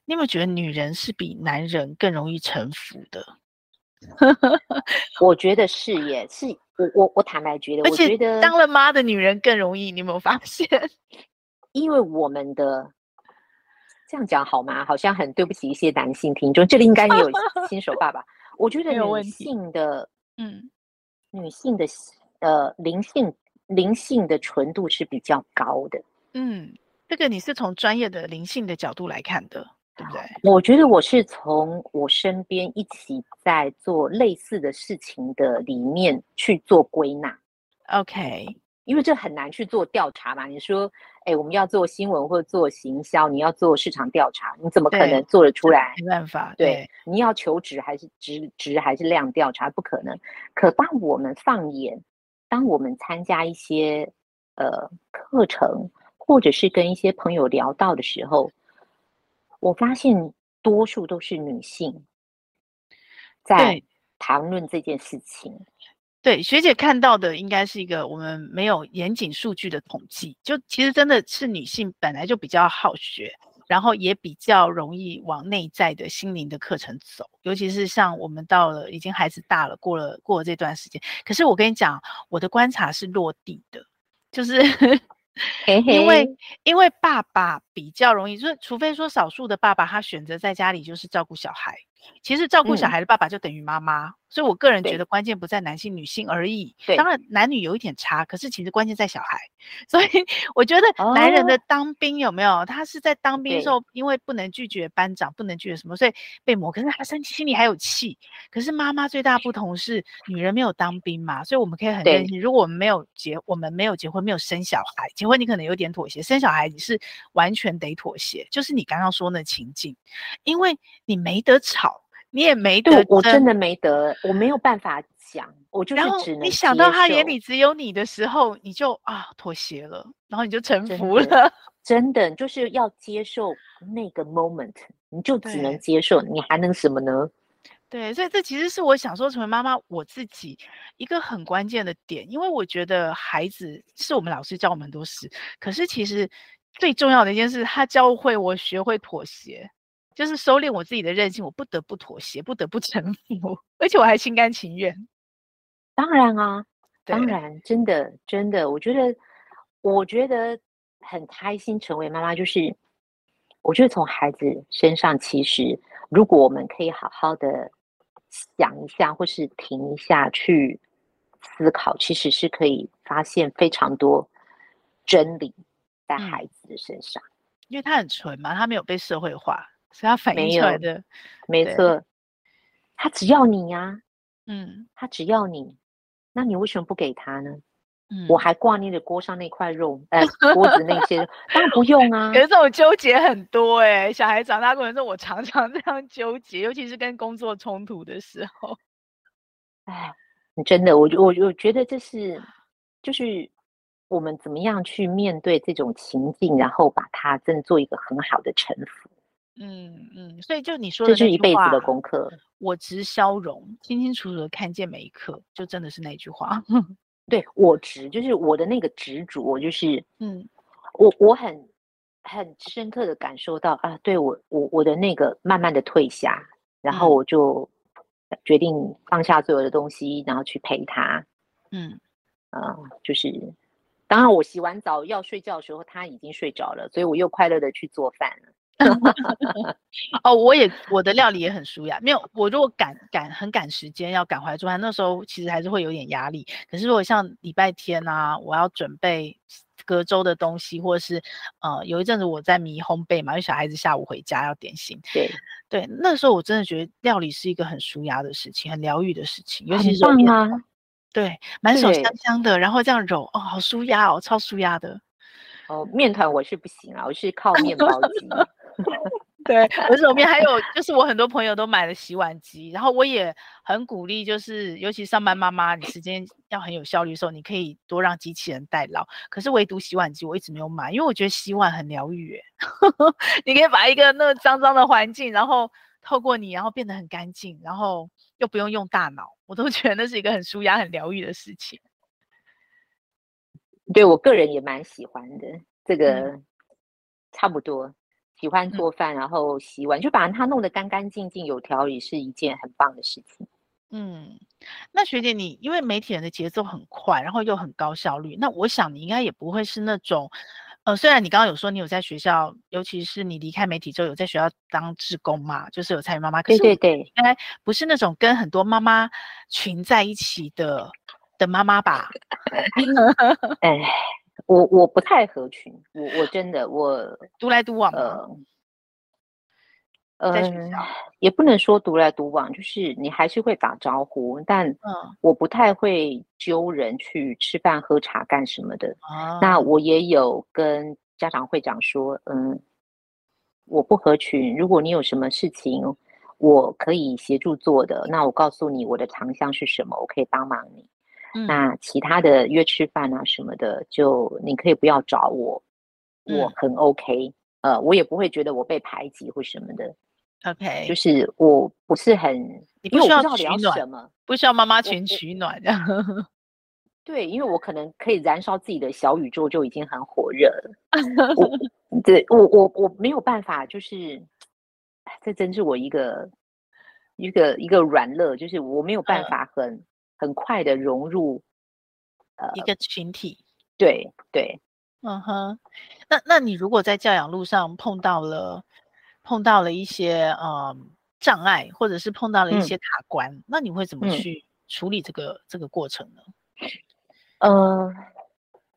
Speaker 2: 你有没有觉得女人是比男人更容易臣服的？
Speaker 1: 我觉得是耶，是我我我坦白觉得，
Speaker 2: 而
Speaker 1: 我觉
Speaker 2: 且
Speaker 1: 得，
Speaker 2: 当了妈的女人更容易，你有没有发现？
Speaker 1: 因为我们的这样讲好吗？好像很对不起一些男性听众，这里应该也 有新手爸爸。我觉得
Speaker 2: 没有
Speaker 1: 女
Speaker 2: 问题
Speaker 1: 性的
Speaker 2: 嗯，
Speaker 1: 女性的呃灵性灵性的纯度是比较高的。
Speaker 2: 嗯，这个你是从专业的灵性的角度来看的，对不对？
Speaker 1: 我觉得我是从我身边一起在做类似的事情的里面去做归纳，
Speaker 2: OK，
Speaker 1: 因为这很难去做调查嘛。你说，哎，我们要做新闻或做行销，你要做市场调查，你怎么可
Speaker 2: 对
Speaker 1: 能做得出来？
Speaker 2: 没办法，
Speaker 1: 对，你要求职还是职职还是量调查，不可能。可当我们放眼，当我们参加一些呃课程，或者是跟一些朋友聊到的时候，我发现多数都是女性在
Speaker 2: 对
Speaker 1: 谈论这件事情。
Speaker 2: 对，学姐看到的应该是一个我们没有严谨数据的统计，就其实真的是女性本来就比较好学，然后也比较容易往内在的心灵的课程走，尤其是像我们到了已经孩子大了，过了过了这段时间，可是我跟你讲，我的观察是落地的，就是
Speaker 1: 嘿嘿，
Speaker 2: 因为因为爸爸比较容易，就是除非说少数的爸爸他选择在家里就是照顾小孩，其实照顾小
Speaker 1: 嗯
Speaker 2: 孩的爸爸就等于妈妈，所以我个人觉
Speaker 1: 对
Speaker 2: 得关键不在男性女性而已。
Speaker 1: 对
Speaker 2: 当然男女有一点差，可是其实关键在小孩，所以我觉得男人的
Speaker 1: 哦
Speaker 2: 当兵有没有，他是在当兵的时
Speaker 1: 对
Speaker 2: 候，因为不能拒绝班长，不能拒绝什么，所以被磨，可是他身体心里还有气。可是妈妈最大不同是，女人没有当兵嘛，所以我们可以很
Speaker 1: 对
Speaker 2: 任性。如果我们没有结，我们没有结婚，没有生小孩，结婚你可能有点妥协，生小孩你是完全得妥协，就是你刚刚说那情境，因为你没得吵，你也没
Speaker 1: 对
Speaker 2: 得
Speaker 1: 我真
Speaker 2: 争
Speaker 1: 的没得，我没有办法讲，我就是
Speaker 2: 然后
Speaker 1: 只能
Speaker 2: 你想到
Speaker 1: 接
Speaker 2: 他眼
Speaker 1: 受
Speaker 2: 里只有你的时候，你就啊妥协了，然后你就臣
Speaker 1: 真
Speaker 2: 服
Speaker 1: 的
Speaker 2: 了。
Speaker 1: 真的就是要接受那个 moment，你就只能
Speaker 2: 对
Speaker 1: 接受，你还能什么呢？
Speaker 2: 对，所以这其实是我想说，成为妈妈我自己一个很关键的点，因为我觉得孩子是我们老师教我们很多事，可是其实最重要的一件事，他教会我学会妥协。就是收敛我自己的任性，我不得不妥协，不得不 臣服，而且我还心甘情愿。
Speaker 1: 当然啊，
Speaker 2: 对
Speaker 1: 当然，真的真的，我觉得我觉得很开心成为妈妈，就是我觉得从孩子身上，其实如果我们可以好好的想一下，或是停一下去思考，其实是可以发现非常多真理在
Speaker 2: 嗯
Speaker 1: 孩子的身上。
Speaker 2: 因为他很纯嘛，他没有被社会化，所以他反
Speaker 1: 没
Speaker 2: 映出来
Speaker 1: 有
Speaker 2: 的，
Speaker 1: 没
Speaker 2: 对
Speaker 1: 错，他只要你呀、
Speaker 2: 嗯
Speaker 1: 他只要你，那你为什么不给他呢？
Speaker 2: 嗯，
Speaker 1: 我还挂念着锅上那块肉，呃，锅子那些，当然不用啊
Speaker 2: 可。是这种纠结很多哎、小孩长大过程中，我常常 这样纠结，尤其是跟工作冲突的时候。
Speaker 1: 哎，真的，我就我我觉得这是，就是我们怎么样去面对这种情境，然后把它真的做一个很好的臣服，
Speaker 2: 嗯嗯，所以就你说的
Speaker 1: 这
Speaker 2: 那
Speaker 1: 是一
Speaker 2: 句
Speaker 1: 辈子的
Speaker 2: 话
Speaker 1: 功课。
Speaker 2: 我直消融，清清楚楚的看见每一刻，就真的是那句话。
Speaker 1: 对我执，就是我的那个执着，我就是
Speaker 2: 嗯
Speaker 1: 我我很很深刻的感受到啊，对我我我的那个慢慢的退下，然后
Speaker 2: 嗯
Speaker 1: 我就决定放下所有的东西，然后去陪他。
Speaker 2: 嗯
Speaker 1: 呃，就是当然我洗完澡要睡觉的时候，他已经睡着了，所以我又快乐的去做饭了。
Speaker 2: 哦，我也我的料理也很舒雅，没有我如果赶赶很赶时间要赶回来做饭，那时候其实还是会有点压力。可是如果像礼拜天啊，我要准备隔周的东西，或者是呃有一阵子我在迷烘焙嘛，因为小孩子下午回家要点心，
Speaker 1: 对，
Speaker 2: 对，那时候我真的觉得料理是一个很舒压的事情，很疗愈的事情，尤其
Speaker 1: 很
Speaker 2: 是揉
Speaker 1: 棒
Speaker 2: 面
Speaker 1: 啊
Speaker 2: 团，对，满手
Speaker 1: 对
Speaker 2: 香香的，然后这样揉，哦，好舒压哦，超舒压的。
Speaker 1: 哦，面团我是不行啊，我是靠面包 机。
Speaker 2: 对， 我手边还有就是我很多朋友都买了洗碗机，然后我也很鼓励，就是尤其上班妈妈，你时间要很有效率的时候，你可以多让机器人代劳。可是唯独洗碗机我一直没有买，因为我觉得洗碗很疗愈耶， 你可以把一个那个脏脏的环境，然后透过你，然后变得很干净，然后又不用用大脑，我都觉得那是一个很舒压、很疗愈的事情。
Speaker 1: 对我个人也蛮喜欢的，这
Speaker 2: 嗯
Speaker 1: 个差不多。喜欢
Speaker 2: 嗯
Speaker 1: 做饭，然后洗碗，就把它弄得干干净净、有条理，是一件很棒的事情。
Speaker 2: 嗯，那学姐你，因为媒体人的节奏很快，然后又很高效率，那我想你应该也不会是那种，呃，虽然你刚刚有说你有在学校，尤其是你离开媒体之后有在学校当志工嘛，就是有参与妈妈，可
Speaker 1: 对
Speaker 2: 是我
Speaker 1: 对
Speaker 2: 觉得
Speaker 1: 对
Speaker 2: 你，应该不是那种跟很多妈妈群在一起的的妈妈吧？
Speaker 1: 哎，我我不太合群，我我真的我
Speaker 2: 独来独往嘛，
Speaker 1: 呃
Speaker 2: 在学
Speaker 1: 嗯，
Speaker 2: 校，
Speaker 1: 也不能说独来独往，就是你还是会打招呼，但
Speaker 2: 嗯，
Speaker 1: 我不太会揪人去吃饭、喝茶干什么的。
Speaker 2: 啊，
Speaker 1: 那我也有跟家长会长说，嗯，我不合群，如果你有什么事情，我可以协助做的，那我告诉你我的长项是什么，我可以帮忙你。
Speaker 2: 嗯
Speaker 1: 那其他的约吃饭啊什么的，就你可以不要找我，我
Speaker 2: 嗯
Speaker 1: 很 OK，、呃，我也不会觉得我被排挤或什么的，就
Speaker 2: ，OK，
Speaker 1: 是我不是很，
Speaker 2: 你
Speaker 1: 因
Speaker 2: 不
Speaker 1: 为
Speaker 2: 需
Speaker 1: 我
Speaker 2: 要
Speaker 1: 不知
Speaker 2: 取
Speaker 1: 道聊什
Speaker 2: 暖，
Speaker 1: 么，
Speaker 2: 不需要妈妈群
Speaker 1: 我
Speaker 2: 取暖 这样，
Speaker 1: 对，因为我可能可以燃烧自己的小宇宙就已经很火热 了，我对我我我没有办法，就是，哎这真是我一个一个一个软肋，就是我没有办
Speaker 2: 嗯
Speaker 1: 法很、很快的融入，
Speaker 2: 一个群体。
Speaker 1: 对对，
Speaker 2: 嗯哼，那那你如果在教养路上碰到了碰到了一些嗯障碍，或者是碰到了一
Speaker 1: 嗯
Speaker 2: 些卡关，那你会怎么
Speaker 1: 嗯
Speaker 2: 去处理这个这个过程呢？
Speaker 1: 呃，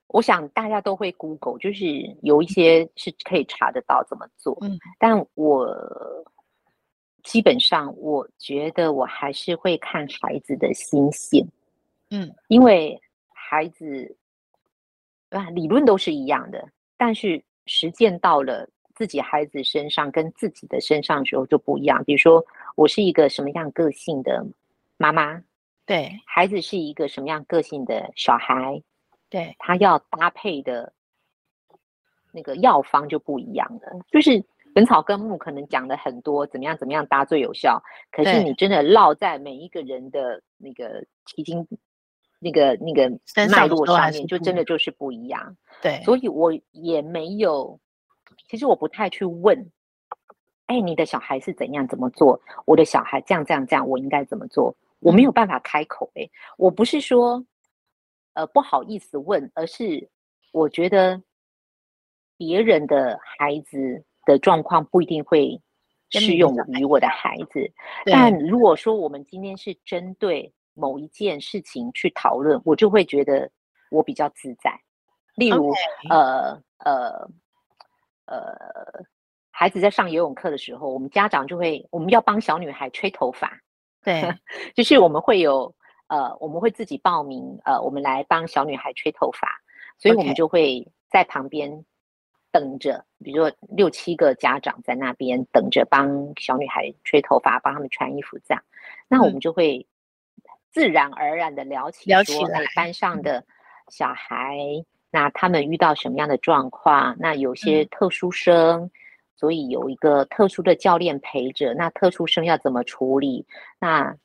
Speaker 1: 我想大家都会 Google，就是有一些是可以查得到怎么做，
Speaker 2: 嗯
Speaker 1: 但我基本上我觉得我还是会看孩子的心性，
Speaker 2: 嗯
Speaker 1: 因为孩子啊理论都是一样的，但是实践到了自己孩子身上跟自己的身上的时候就不一样。比如说，我是一个什么样个性的妈妈，
Speaker 2: 对
Speaker 1: 孩子是一个什么样个性的小孩。
Speaker 2: 对，
Speaker 1: 它要搭配的那个药方就不一样了。就是《本草纲目》可能讲了很多怎么样怎么样搭最有效，可是
Speaker 2: 对
Speaker 1: 你真的落在每一个人的那个已经那个那个
Speaker 2: 身上
Speaker 1: 脉
Speaker 2: 的时
Speaker 1: 络
Speaker 2: 候
Speaker 1: 上
Speaker 2: 还是
Speaker 1: 面，就
Speaker 2: 不
Speaker 1: 真
Speaker 2: 一
Speaker 1: 的就是不一样。
Speaker 2: 对，
Speaker 1: 所以我也没有，其实我不太去问，哎，你的小孩是怎样怎么做？我的小孩这样这样这样，我应该怎么做？我
Speaker 2: 嗯
Speaker 1: 没有办法开口、欸，哎，我不是说，呃，不好意思问，而是我觉得别人的孩子的状况不一定会
Speaker 2: 跟
Speaker 1: 适
Speaker 2: 你
Speaker 1: 用
Speaker 2: 的
Speaker 1: 于我的孩子。
Speaker 2: 对
Speaker 1: 但如果说我们今天是针对某一件事情去讨论，我就会觉得我比较自在。例如
Speaker 2: OK
Speaker 1: 呃呃呃，孩子在上游泳课的时候，我们家长就会，我们要帮小女孩吹头发，
Speaker 2: 对
Speaker 1: 就是我们会有呃，我们会自己报名，呃，我们来帮小女孩吹头发，所以我们
Speaker 2: OK
Speaker 1: 就会在旁边等着，比如说六七个家长在那边等着帮小女孩吹头发，帮她们穿衣服这样，那我
Speaker 2: 嗯
Speaker 1: 们就会自然而然的聊起
Speaker 2: 聊
Speaker 1: 说
Speaker 2: 起
Speaker 1: 哎
Speaker 2: 来嗯
Speaker 1: 班上的小孩，那他们遇到什么样的状况？那有些
Speaker 2: 嗯
Speaker 1: 特殊生。所以有一个特殊的教练陪着，那特殊生要怎么处理？那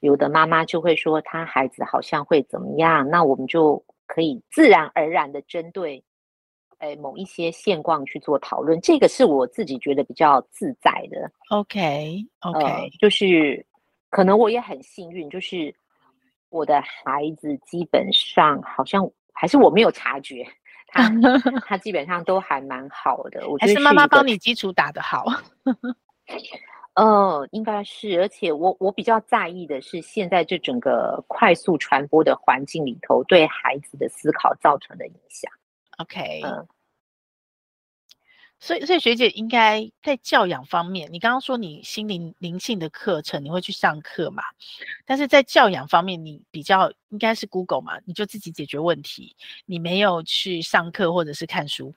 Speaker 1: 有的妈妈就会说，她孩子好像会怎么样，那我们就可以自然而然的针对，诶、某一些现况去做讨论。这个是我自己觉得比较自在的。
Speaker 2: ，OK
Speaker 1: 呃
Speaker 2: OK，，
Speaker 1: 就是可能我也很幸运，就是我的孩子基本上好像还是我没有察觉， 他他基本上都还蛮好的。我觉
Speaker 2: 还
Speaker 1: 得
Speaker 2: 是妈
Speaker 1: 一
Speaker 2: 妈
Speaker 1: 个
Speaker 2: 帮你基础打得好。
Speaker 1: 呃，应该是，而且我我比较在意的是，现在这整个快速传播的环境里头，对孩子的思考造成的影响。
Speaker 2: OK，、
Speaker 1: 嗯
Speaker 2: 所以所以学姐应该在教养方面，你刚刚说你心灵灵性的课程你会去上课嘛？但是在教养方面，你比较应该是 Google 嘛，你就自己解决问题，你没有去上课或者是看书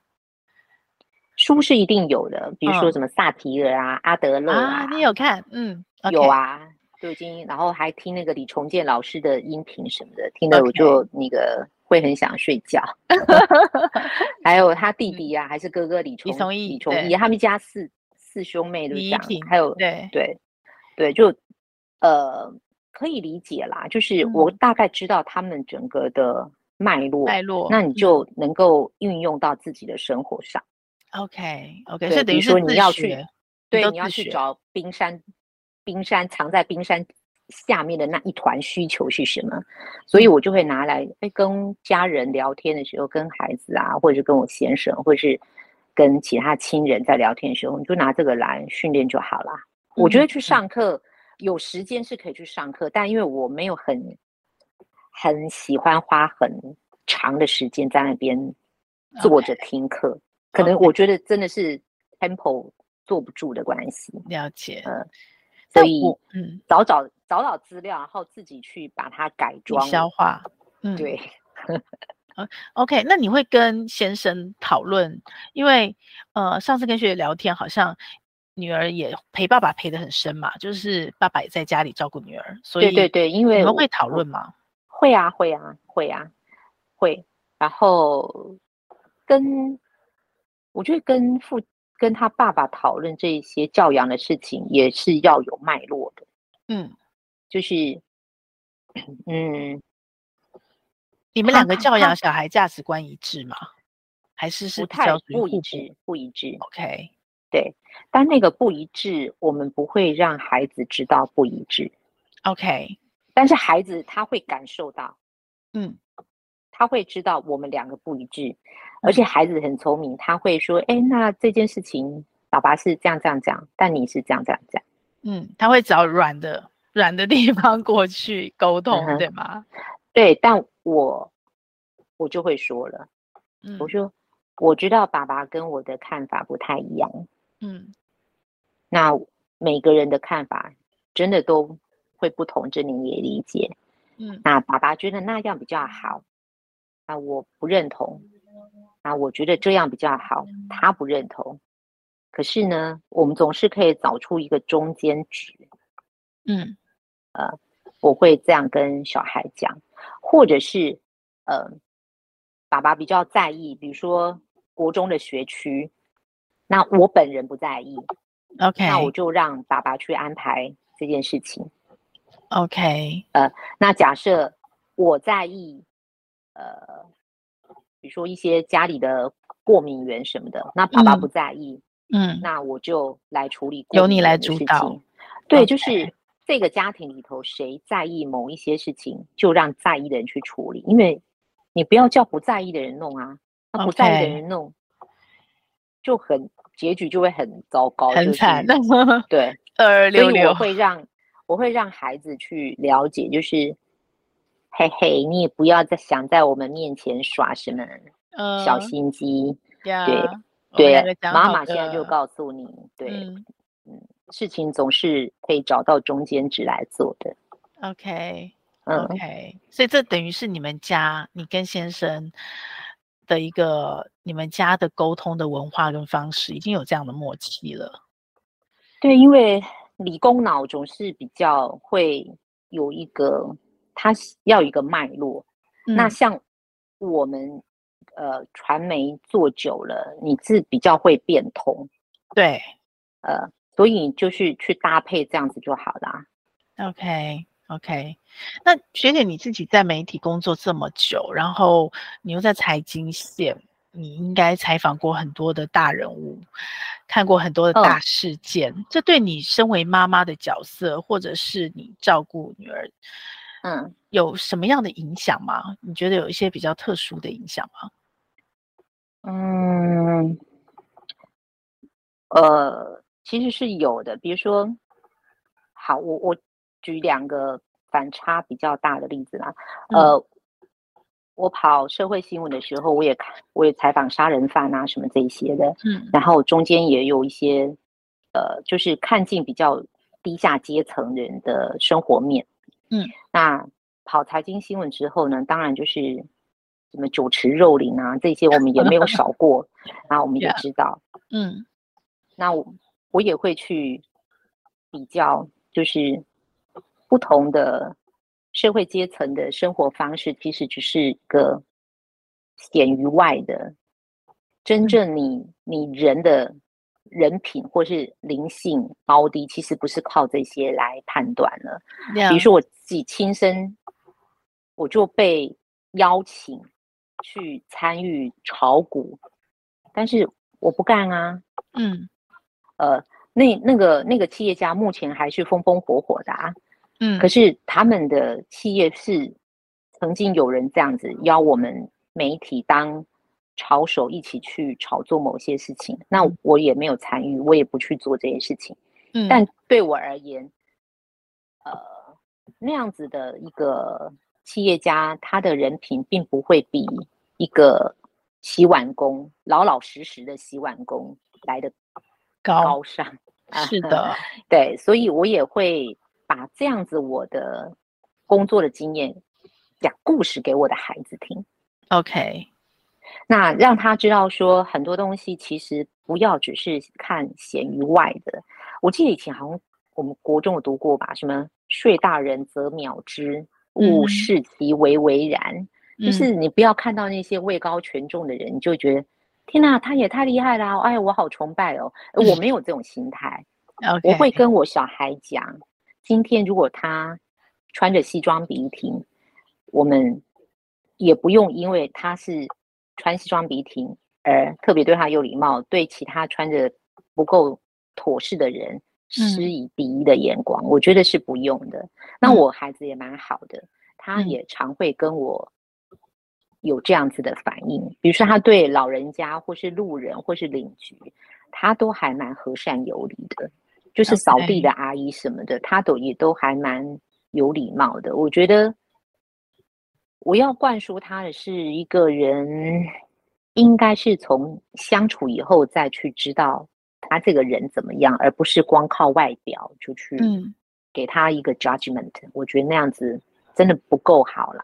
Speaker 1: 书是一定有的，比如说
Speaker 2: 嗯
Speaker 1: 什么萨提尔啊、阿德勒
Speaker 2: 啊？你有看？嗯，OK，
Speaker 1: 有啊，就已经，然后还听那个李重建老师的音频什么的，听得我
Speaker 2: OK
Speaker 1: 就那个会很想睡 觉。还有他弟弟啊，还是哥哥李重
Speaker 2: 嗯崇义
Speaker 1: 李重
Speaker 2: 对
Speaker 1: 义，他们家四四兄妹都是
Speaker 2: 李
Speaker 1: 这
Speaker 2: 依
Speaker 1: 样
Speaker 2: 婷，，
Speaker 1: 还有
Speaker 2: 对
Speaker 1: 对，对，就呃可以理解啦，就是我
Speaker 2: 嗯
Speaker 1: 大概知道他们整个的脉络，
Speaker 2: 脉络，
Speaker 1: 那你
Speaker 2: 嗯
Speaker 1: 就能够运用到自己的生活上。
Speaker 2: OK OK，
Speaker 1: 对
Speaker 2: 所以
Speaker 1: 比
Speaker 2: 等于
Speaker 1: 如
Speaker 2: 是
Speaker 1: 说你
Speaker 2: 自
Speaker 1: 要
Speaker 2: 学
Speaker 1: 去
Speaker 2: 你
Speaker 1: 对，
Speaker 2: 都
Speaker 1: 你要
Speaker 2: 自
Speaker 1: 去
Speaker 2: 学
Speaker 1: 找冰山，冰山藏在冰山下面的那一团需求是什么？所以我就会拿来，哎，跟家人聊天的时候，跟孩子啊，或者是跟我先生，或者是跟其他亲人在聊天的时候，你就拿这个来训练就好啦。我觉
Speaker 2: 嗯
Speaker 1: 得去
Speaker 2: 嗯
Speaker 1: 上课有时间是可以去上课，但因为我没有很很喜欢花很长的时间在那边坐着听课可能
Speaker 2: OK
Speaker 1: 我觉得真的是 tempo 坐不住的关系，
Speaker 2: 了解。
Speaker 1: 呃所
Speaker 2: 但
Speaker 1: 以
Speaker 2: 我嗯，
Speaker 1: 找找找找资料，然后自己去把它改
Speaker 2: 你
Speaker 1: 装。
Speaker 2: 消化，嗯，
Speaker 1: 对，
Speaker 2: OK，那你会跟先生讨论？因为呃，上次跟学姐聊天，好像女儿也陪爸爸陪得很深嘛，就是爸爸也在家里照顾女儿，所以
Speaker 1: 对对对，因
Speaker 2: 你
Speaker 1: 为
Speaker 2: 们
Speaker 1: 我
Speaker 2: 会讨论吗？
Speaker 1: 会啊，会啊，会啊，会。然后跟我觉得跟父跟他爸爸讨论这一些教养的事情，也是要有脉络的。
Speaker 2: 嗯，
Speaker 1: 就是， 嗯，
Speaker 2: 你们
Speaker 1: 他
Speaker 2: 两个
Speaker 1: 他
Speaker 2: 教
Speaker 1: 他
Speaker 2: 养小孩价值观一致吗？还是是
Speaker 1: 不
Speaker 2: 比
Speaker 1: 太
Speaker 2: 较属于
Speaker 1: 不一
Speaker 2: 互补
Speaker 1: 致，不一致。
Speaker 2: ？OK，
Speaker 1: 对，但那个不一致，我们不会让孩子知道不一致，
Speaker 2: OK，
Speaker 1: 但是孩子他会感受到。
Speaker 2: 嗯，
Speaker 1: 他会知道我们两个不一致，而且孩子很聪明，他会说：“哎，那这件事情，爸爸是这样这样这样，但你是这样这样这样。
Speaker 2: 嗯，他会找软的软的地方过去沟通，
Speaker 1: 嗯哼
Speaker 2: 对吗？”
Speaker 1: 对，但我我就会说了，
Speaker 2: 嗯
Speaker 1: 我说我知道爸爸跟我的看法不太一样，
Speaker 2: 嗯
Speaker 1: 那每个人的看法真的都会不同，这您也理解。
Speaker 2: 嗯
Speaker 1: 那爸爸觉得那样比较好，啊，我不认同，啊，我觉得这样比较好，他不认同。可是呢，我们总是可以找出一个中间值。
Speaker 2: 嗯
Speaker 1: 我会这样跟小孩讲，或者是，呃，爸爸比较在意，比如说国中的学区，那我本人不在意，
Speaker 2: ，OK
Speaker 1: 那我就让爸爸去安排这件事情。
Speaker 2: OK，
Speaker 1: 那假设我在意，呃，比如说一些家里的过敏源什么的，那爸爸
Speaker 2: 嗯
Speaker 1: 不在意，
Speaker 2: 嗯
Speaker 1: 那我就来处理。
Speaker 2: 由你来主导。
Speaker 1: 对
Speaker 2: OK
Speaker 1: 就是这个家庭里头，谁在意某一些事情，就让在意的人去处理，因为你不要叫不在意的人弄啊，那不在意的
Speaker 2: OK
Speaker 1: 人弄就很结局就会很糟糕，
Speaker 2: 很
Speaker 1: 就是
Speaker 2: 惨，
Speaker 1: 对，
Speaker 2: 二二
Speaker 1: 所
Speaker 2: 六
Speaker 1: 以我
Speaker 2: 六，
Speaker 1: 会让我会让孩子去了解，就是。嘿嘿，你也不要再想在我们面前耍什么
Speaker 2: 嗯，
Speaker 1: 小心机，
Speaker 2: 呀，
Speaker 1: 对
Speaker 2: 嗯我们两
Speaker 1: 对
Speaker 2: 个，讲
Speaker 1: 妈
Speaker 2: 好
Speaker 1: 妈现在就
Speaker 2: 的
Speaker 1: 告诉你，对，
Speaker 2: 嗯
Speaker 1: 事情总是可以找到中间值来做的。
Speaker 2: ，OK
Speaker 1: 嗯
Speaker 2: OK，所以这等于是你们家你跟先生的一个你们家的沟通的文化跟方式，已经有这样的默契了。
Speaker 1: 对，因为理工脑总是比较会有一个，它是要有一个脉络。那
Speaker 2: 嗯
Speaker 1: 像我们呃传媒做久了，你是比较会变通，
Speaker 2: 对
Speaker 1: 呃，所以你就是去搭配这样子就好啦。
Speaker 2: ，OK。OK，那学姐你自己在媒体工作这么久，然后你又在财经线，你应该采访过很多的大人物，看过很多的
Speaker 1: 嗯
Speaker 2: 大事件。这对你身为妈妈的角色，或者是你照顾女儿
Speaker 1: 嗯，
Speaker 2: 有什么样的影响吗？你觉得有一些比较特殊的影响吗？
Speaker 1: 嗯，呃，其实是有的。比如说，好，我我举两个反差比较大的例子啦。呃，我跑社会新闻的时候，我也看，我也采访杀人犯啊什么这一些的，
Speaker 2: 嗯
Speaker 1: 然后中间也有一些，呃，就是看尽比较低下阶层人的生活面。
Speaker 2: 嗯，
Speaker 1: 那跑财经新闻之后呢，当然就是什么酒池肉林啊这些，我们也没有少过，然后我们也
Speaker 2: Yeah
Speaker 1: 知道。
Speaker 2: 嗯
Speaker 1: 那我我也会去比较，就是不同的社会阶层的生活方式，其实只是一个显于外的，真正你你人的人品或是灵性高低，其实不是靠这些来判断了。比如
Speaker 2: ，Yeah，
Speaker 1: 说我自己亲身，我就被邀请去参与炒股，但是我不干啊。
Speaker 2: 嗯
Speaker 1: 呃，那那个那个企业家目前还是风风火火的啊，
Speaker 2: 嗯，
Speaker 1: 可是他们的企业是曾经有人这样子邀我们媒体当炒手一起去炒作某些事情，那
Speaker 2: 嗯
Speaker 1: 我也没有参与，我也不去做这些事情。
Speaker 2: 嗯
Speaker 1: 但对我而言，呃，那样子的一个企业家，他的人品并不会比一个洗碗工老老实实的洗碗工来的
Speaker 2: 高
Speaker 1: 高尚。
Speaker 2: 是的，
Speaker 1: 对，所以我也会把这样子我的工作的经验讲故事给我的孩子听，
Speaker 2: ，OK，
Speaker 1: 那让他知道说很多东西其实不要只是看闲于外的。我记得以前好像我们国中有读过吧，什么“睡大人则秒之，勿
Speaker 2: 嗯
Speaker 1: 视其为为然”，就
Speaker 2: 嗯
Speaker 1: 是你不要看到那些位高权重的人，你就觉得天哪、他也太厉害啦！哎，我好崇拜哦。呃
Speaker 2: 嗯
Speaker 1: 我没有这种心态，
Speaker 2: OK，
Speaker 1: 我会跟我小孩讲，今天如果他穿着西装笔挺，我们也不用因为他是穿西装笔挺而特别对他有礼貌，对其他穿着不够妥适的人施
Speaker 2: 嗯
Speaker 1: 以鄙夷的眼光，我觉得是不用的。那
Speaker 2: 嗯
Speaker 1: 我孩子也蛮好的，他
Speaker 2: 嗯
Speaker 1: 也常会跟我。有这样子的反应，比如说他对老人家或是路人或是邻居，他都还蛮和善有礼的。就是扫地
Speaker 2: OK
Speaker 1: 的阿姨什么的，她都也都还蛮有礼貌的。我觉得我要灌输他的是一个人，应该是从相处以后再去知道他这个人怎么样，而不是光靠外表就去
Speaker 2: 嗯。
Speaker 1: 给他一个 judgment、我觉得那样子真的不够好啦。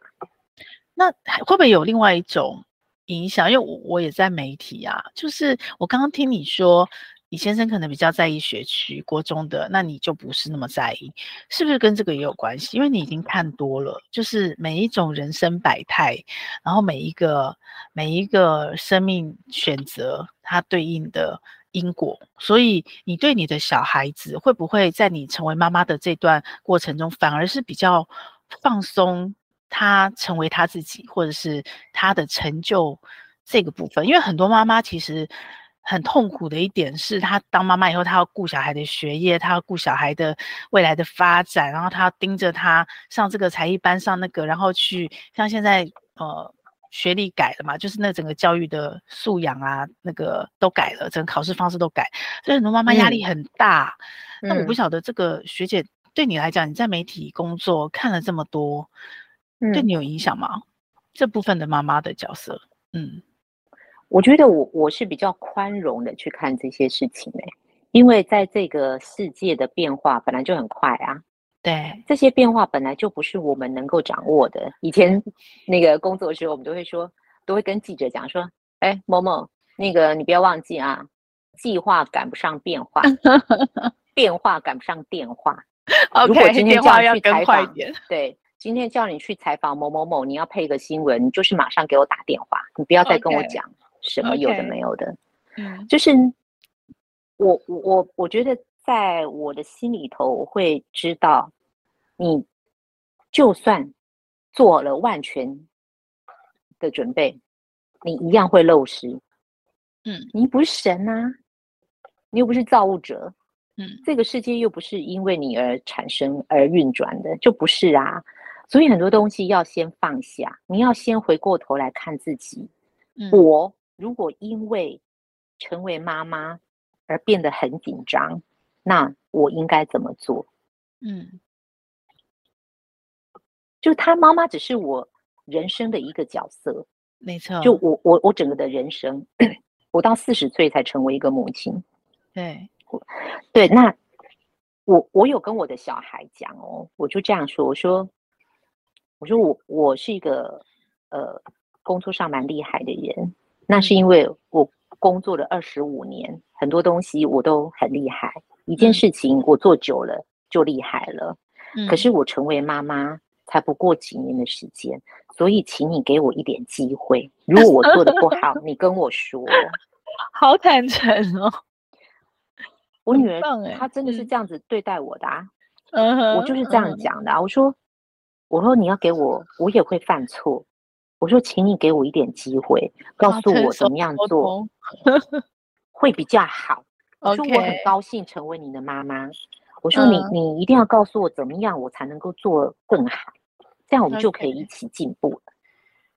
Speaker 2: 那还会不会有另外一种影响？因为我我也在媒体啊，就是我刚刚听你说，你先生可能比较在意学区、国中的，那你就不是那么在意，是不是跟这个也有关系？因为你已经看多了，就是每一种人生百态，然后每一个每一个生命选择，它对应的。因果，所以你对你的小孩子会不会在你成为妈妈的这段过程中，反而是比较放松他成为他自己，或者是他的成就这个部分，因为很多妈妈其实很痛苦的一点是，她当妈妈以后，她要顾小孩的学业，她要顾小孩的未来的发展，然后她要盯着他上这个才艺班，上那个，然后去像现在呃学历改了嘛，就是那整个教育的素养啊，那个都改了，整个考试方式都改，所以很多妈妈压力很大。那、我不
Speaker 1: 嗯
Speaker 2: 晓得这个学姐对你来讲，你在媒体工作看了这么多，对
Speaker 1: 嗯，
Speaker 2: 你有影响吗？这部分的妈妈的角色，嗯
Speaker 1: 我觉得我我是比较宽容的去看这些事情诶、因为在这个世界的变化本来就很快啊，
Speaker 2: 对，
Speaker 1: 这些变化本来就不是我们能够掌握的。以前那个工作的时候，我们都会说，都会跟记者讲说，哎，某某，那个你不要忘记啊，计划赶不上变 化，变化赶不上电话。如果
Speaker 2: OK，
Speaker 1: 今天
Speaker 2: 电
Speaker 1: 叫
Speaker 2: 话
Speaker 1: 你
Speaker 2: 要
Speaker 1: 去
Speaker 2: 更
Speaker 1: 采
Speaker 2: 快一
Speaker 1: 访
Speaker 2: 点。
Speaker 1: 对，今天叫你去采访某某某，你要配个新闻，你就是马上给我打电话，你不要再跟我
Speaker 2: OK
Speaker 1: 讲什么有的
Speaker 2: OK
Speaker 1: 没有的。
Speaker 2: 嗯
Speaker 1: 就是我我我我觉得，在我的心里头，我会知道，你就算做了万全的准备，你一样会漏失。
Speaker 2: 嗯
Speaker 1: 你不是神啊，你又不是造物者，
Speaker 2: 嗯
Speaker 1: 这个世界又不是因为你而产生而运转的，就不是啊。所以很多东西要先放下，你要先回过头来看自己，
Speaker 2: 嗯，
Speaker 1: 我如果因为成为妈妈而变得很紧张，那我应该怎么做？
Speaker 2: 嗯
Speaker 1: 就她妈妈只是我人生的一个角色，
Speaker 2: 没错，
Speaker 1: 就我我我整个的人生， 我到四十岁才成为一个母亲。
Speaker 2: 对，
Speaker 1: 对，那我我有跟我的小孩讲哦，我就这样说，我说我说我我是一个呃工作上蛮厉害的人，那是
Speaker 2: 嗯
Speaker 1: 因为我工作了二十五年，很多东西我都很厉害，一件
Speaker 2: 嗯
Speaker 1: 事情我做久了就厉害了。可
Speaker 2: 嗯
Speaker 1: 是我成为妈妈才不过几年的时间，所以请你给我一点机会，如果我做的不 好，你跟我说。
Speaker 2: 好坦诚哦，
Speaker 1: 我
Speaker 2: 很
Speaker 1: 女儿
Speaker 2: 棒哎
Speaker 1: 她真的是
Speaker 2: 嗯
Speaker 1: 这样子对待我的啊。
Speaker 2: 嗯
Speaker 1: 我就是这样
Speaker 2: 哼，
Speaker 1: 讲的、啊。我说，我说你要给我，我也会犯错。我说，请你给我一点机会，告
Speaker 2: 好
Speaker 1: 诉
Speaker 2: 成
Speaker 1: 我
Speaker 2: 熟
Speaker 1: 怎么样
Speaker 2: 哦沟
Speaker 1: 做
Speaker 2: 通
Speaker 1: 会比较好。我说我很
Speaker 2: ，OK，嗯
Speaker 1: 高兴成为你的妈妈。我说你、你一定要告诉我怎么样我才能够做更好，这样我们就可以
Speaker 2: OK
Speaker 1: 一起进步了。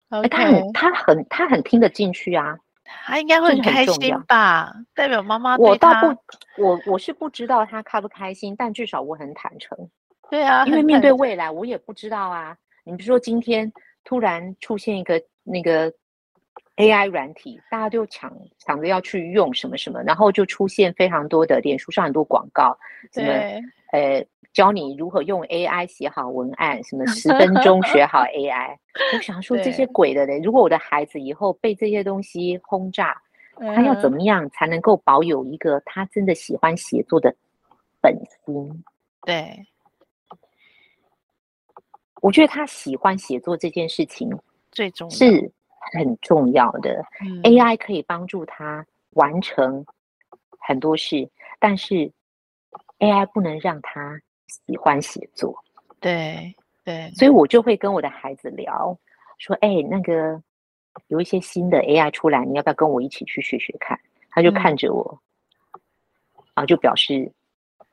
Speaker 1: 哎
Speaker 2: OK，
Speaker 1: 她很她很她很听得进去啊。
Speaker 2: 他应该会
Speaker 1: 这
Speaker 2: 很
Speaker 1: 很
Speaker 2: 开
Speaker 1: 重
Speaker 2: 心
Speaker 1: 要
Speaker 2: 吧？代表妈妈
Speaker 1: 我
Speaker 2: 对
Speaker 1: 倒
Speaker 2: 他，
Speaker 1: 不我我是不知道她开不开心，但至少我很坦诚。
Speaker 2: 对啊，
Speaker 1: 因为
Speaker 2: 很
Speaker 1: 面
Speaker 2: 坦
Speaker 1: 对
Speaker 2: 诚
Speaker 1: 未来，我也不知道啊。你比如说今天突然出现一个那个 AI 软体，大家就抢抢着要去用什么什么，然后就出现非常多的脸书上很多广告，什么
Speaker 2: 对，
Speaker 1: 呃教你如何用 AI 写好文案，什么十分钟学 好 AI。我想说这些
Speaker 2: 对
Speaker 1: 鬼的嘞，如果我的孩子以后被这些东西轰炸，他要怎
Speaker 2: 么
Speaker 1: 么样才能够保有一个他真的喜欢写作的本心？
Speaker 2: 对？
Speaker 1: 我觉得他喜欢写作这件事情
Speaker 2: 最重要
Speaker 1: 是很重要的。
Speaker 2: 嗯
Speaker 1: AI 可以帮助他完成很多事，但是 AI 不能让他喜欢写作。
Speaker 2: 对对
Speaker 1: 所以我就会跟我的孩子聊，说：“哎，那个有一些新的 AI 出来，你要不要跟我一起去学学看？”他就
Speaker 2: 嗯
Speaker 1: 看着我，然后就表示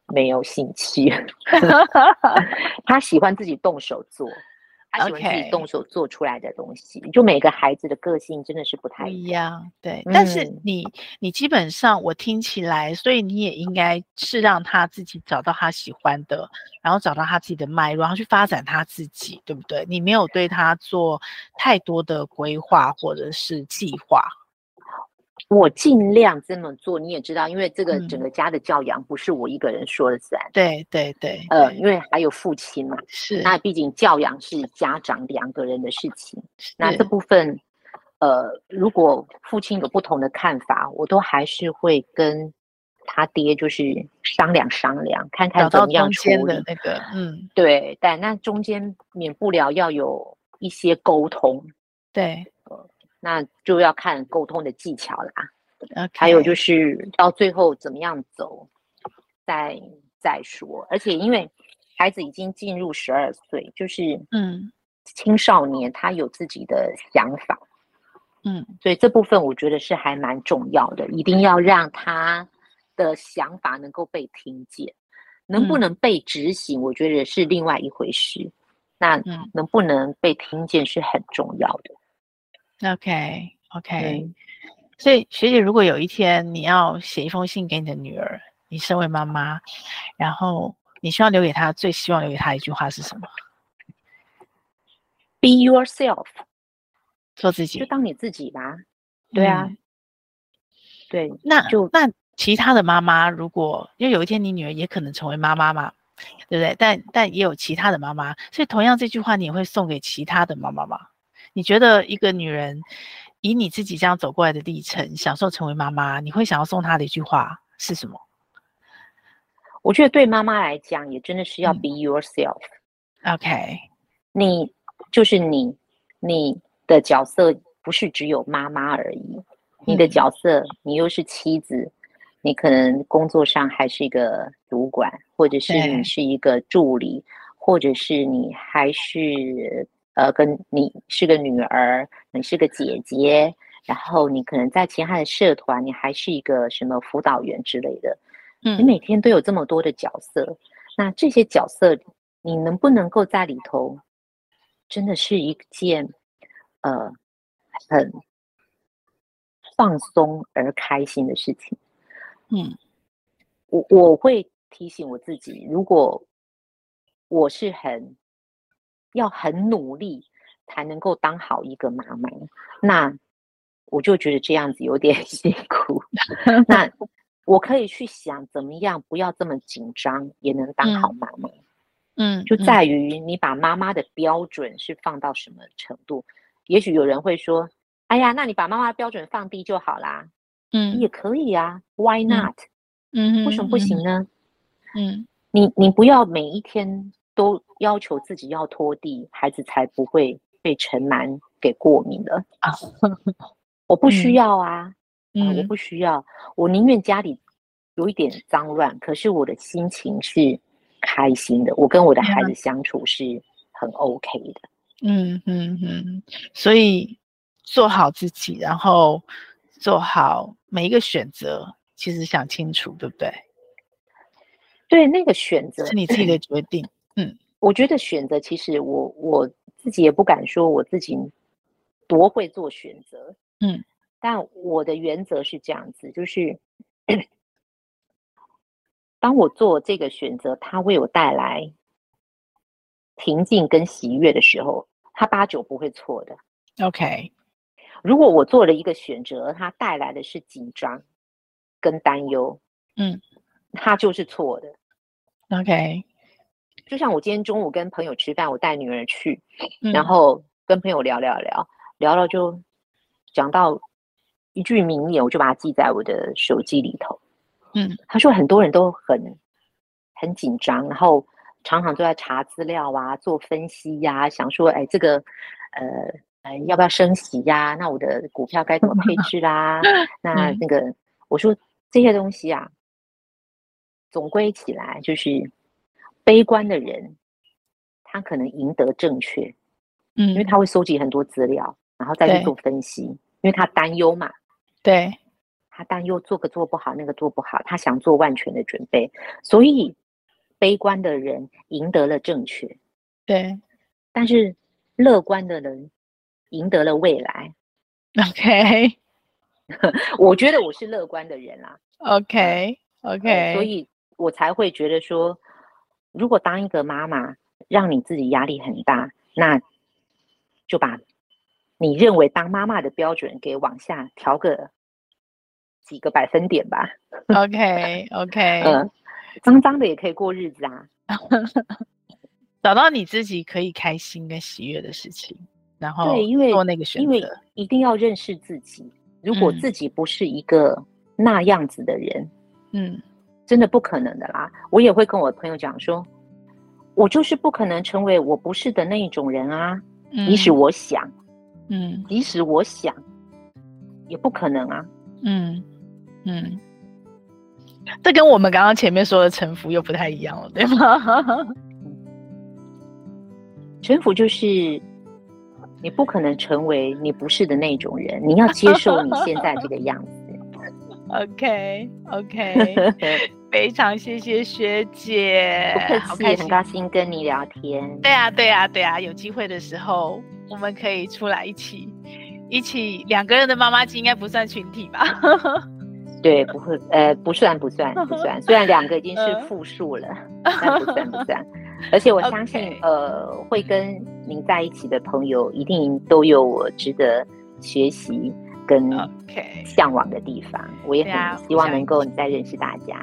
Speaker 1: 没有兴 趣。 他喜欢自己动手做，他喜欢自
Speaker 2: OK
Speaker 1: 己动手做出来的东西。就每个孩子的个性真的是不
Speaker 2: 不
Speaker 1: 太一
Speaker 2: 一
Speaker 1: 样。
Speaker 2: 样，对，但是
Speaker 1: 嗯
Speaker 2: 你你基本上我听起来，所以你也应该是让他自己找到他喜欢的，然后找到他自己的脉络，然后去发展他自己，对不对？你没有对他做太多的规划或者是计划，
Speaker 1: 我尽量这么做，你也知道，因为这个
Speaker 2: 嗯
Speaker 1: 整个家的教养不是我一个人说了算。
Speaker 2: 对对对，
Speaker 1: 呃，
Speaker 2: 对
Speaker 1: 因为还有父亲嘛，
Speaker 2: 是
Speaker 1: 那毕竟教养是家长两个人的事情。那
Speaker 2: 是
Speaker 1: 这部分，呃，如果父亲有不同的看法，我都还是会跟他爹就是商量商量，看
Speaker 2: 找
Speaker 1: 看怎
Speaker 2: 到
Speaker 1: 么样
Speaker 2: 中
Speaker 1: 处
Speaker 2: 间的
Speaker 1: 理。
Speaker 2: 那个，嗯，
Speaker 1: 对，但那中间免不了要有一些沟通，
Speaker 2: 对
Speaker 1: 那就要看沟通的技巧啦。
Speaker 2: ，OK，
Speaker 1: 还有就是是到最后怎么样走，再再说。而且因为孩子已经进入十二岁，就是
Speaker 2: 嗯
Speaker 1: 青少年，他有自己的想法，
Speaker 2: 嗯
Speaker 1: 所以这部分我觉得是还蛮重要的，一定要让他的想法能够被听见，能不
Speaker 2: 嗯
Speaker 1: 能被执行，我觉得是另外一回事。那
Speaker 2: 嗯
Speaker 1: 能不能被听见是很重要的。
Speaker 2: ，OK OK，、
Speaker 1: 嗯
Speaker 2: 所以学姐，如果有一天你要写一封信给你的女儿，你身为妈妈，然后你希望留给她最希望留给她的一句话是什么？
Speaker 1: ，Be yourself，
Speaker 2: 做自己
Speaker 1: 就。当你自己吧。对啊
Speaker 2: 嗯，
Speaker 1: 对，
Speaker 2: 那
Speaker 1: 就
Speaker 2: 那其他的妈妈，如果因为有一天你女儿也可能成为妈妈嘛，对不对？但但也有其他的妈妈，所以同样这句话你也会送给其他的妈妈吗？你觉得一个女人以你自己这样走过来的历程，享受成为妈妈，你会想要送她的一句话是什么？
Speaker 1: 我觉得对妈妈来讲，也真的是要
Speaker 2: 嗯
Speaker 1: be yourself，、
Speaker 2: OK，
Speaker 1: 你就是你，你的角色不是只有妈妈而已，你的
Speaker 2: 嗯
Speaker 1: 角色，你又是妻子，你可能工作上还是一个主管，或者是
Speaker 2: 对
Speaker 1: 你是一个助理，或者是你还是呃，跟你是个女儿，你是个姐姐，然后你可能在其他的社团，你还是一个什么辅导员之类的，你
Speaker 2: 嗯
Speaker 1: 每天都有这么多的角色，那这些角色你能不能够在里头，真的是一件呃很放松而开心的事情。
Speaker 2: 嗯
Speaker 1: 我我会提醒我自己，如果我是很要很努力才能够当好一个妈妈，那我就觉得这样子有点 辛 苦。那我可以去想怎么样不要这么紧张，也能当好妈妈，
Speaker 2: 嗯，
Speaker 1: 就
Speaker 2: 嗯
Speaker 1: 在于你把妈妈的标准是放到什么程度。也许有人会说：“哎呀，那你把妈妈的标准放低就好啦，
Speaker 2: 嗯
Speaker 1: 也可以啊，Why not？、
Speaker 2: 嗯，
Speaker 1: 为什么不行
Speaker 2: 嗯？
Speaker 1: 呢？”
Speaker 2: 嗯
Speaker 1: 你你不要每一天都要求自己要拖地，孩子才不会被尘螨给过敏了。
Speaker 2: 啊，
Speaker 1: 我不
Speaker 2: 嗯
Speaker 1: 需要啊，啊我
Speaker 2: 嗯
Speaker 1: 不需要，我宁愿家里有一点脏乱，可是我的心情是开心的，我跟我的孩子相处是很 OK 的。
Speaker 2: 嗯嗯嗯，所以做好自己，然后做好每一个选择，其实想清楚，对不对？
Speaker 1: 对那个选择
Speaker 2: 是，你自己的决定。
Speaker 1: 我觉得选择其实我我自己也不敢说我自己多会做选择，
Speaker 2: 嗯，
Speaker 1: 但我的原则是这样子，就是当我做这个选择，它为我带来平静跟喜悦的时候，它八九不会错的。
Speaker 2: OK，
Speaker 1: 如果我做了一个选择，它带来的是紧张跟担忧，
Speaker 2: 嗯，
Speaker 1: 它就是错的。
Speaker 2: OK，
Speaker 1: 就像我今天中午跟朋友吃饭，我带女儿去，
Speaker 2: 嗯
Speaker 1: 然后跟朋友聊聊聊，聊聊就讲到一句名言，我就把它记在我的手机里头。
Speaker 2: 嗯，
Speaker 1: 他说很多人都很很紧张，然后常常都在查资料啊，做分析呀、想说，哎，这个呃呃要不要升息呀、那我的股票该怎么 配置啦、那
Speaker 2: 嗯
Speaker 1: 那个，我说这些东西啊，总归起来就是悲观的人，他可能赢得正确，
Speaker 2: 嗯，
Speaker 1: 因为他会收集很多资料，然后再
Speaker 2: 对
Speaker 1: 去做分析，因为他担忧嘛，
Speaker 2: 对，
Speaker 1: 他担忧做个做不好，那个做不好，他想做万全的准备，所以悲观的人赢得了正确，
Speaker 2: 对
Speaker 1: 但是乐观的人赢得了未来。
Speaker 2: ，OK，OK，OK，
Speaker 1: 我觉得我是乐观的人啦、 呃
Speaker 2: OK，
Speaker 1: 所以我才会觉得说，如果当一个妈妈让你自己压力很大，那就把你认为当妈妈的标准给往下调个几个百分点吧。
Speaker 2: OK，OK，
Speaker 1: 嗯，脏脏的也可以过日子啊。
Speaker 2: 找到你自己可以开心跟喜悦的事情，然后
Speaker 1: 因为
Speaker 2: 做那个选
Speaker 1: 因为
Speaker 2: 择。
Speaker 1: 一定要认识自己。如果
Speaker 2: 嗯
Speaker 1: 自己不是一个那样子的人，
Speaker 2: 嗯
Speaker 1: 真的不可能的啦。我也会跟我朋友讲说，我就是不可能成为我不是的那一种人啊。
Speaker 2: 嗯，
Speaker 1: 即使我想，
Speaker 2: 嗯
Speaker 1: 即使我想，也不可能啊。
Speaker 2: 嗯嗯，这跟我们刚刚前面说的臣服又不太一样了，对吗？
Speaker 1: 臣服就是你不可能成为你不是的那种人，你要接受你现在这个样子。
Speaker 2: OK OK，非常谢谢学姐，
Speaker 1: 不客气，
Speaker 2: 好开心
Speaker 1: 很高兴跟你聊天。
Speaker 2: 对啊，对啊，对啊，有机会的时候我们可以出来一起一起两个人的妈妈机应该不算群体吧？
Speaker 1: 对，不会，呃，不算不算不算，虽然两个已经
Speaker 2: 嗯
Speaker 1: 是复数了，但不算不算。而且我相信
Speaker 2: OK
Speaker 1: 呃，会跟您在一起的朋友，一定都有我值得学习跟
Speaker 2: OK，
Speaker 1: 向往的地方。我也
Speaker 2: 对啊
Speaker 1: 很希望
Speaker 2: 我
Speaker 1: 能够你再认识大家。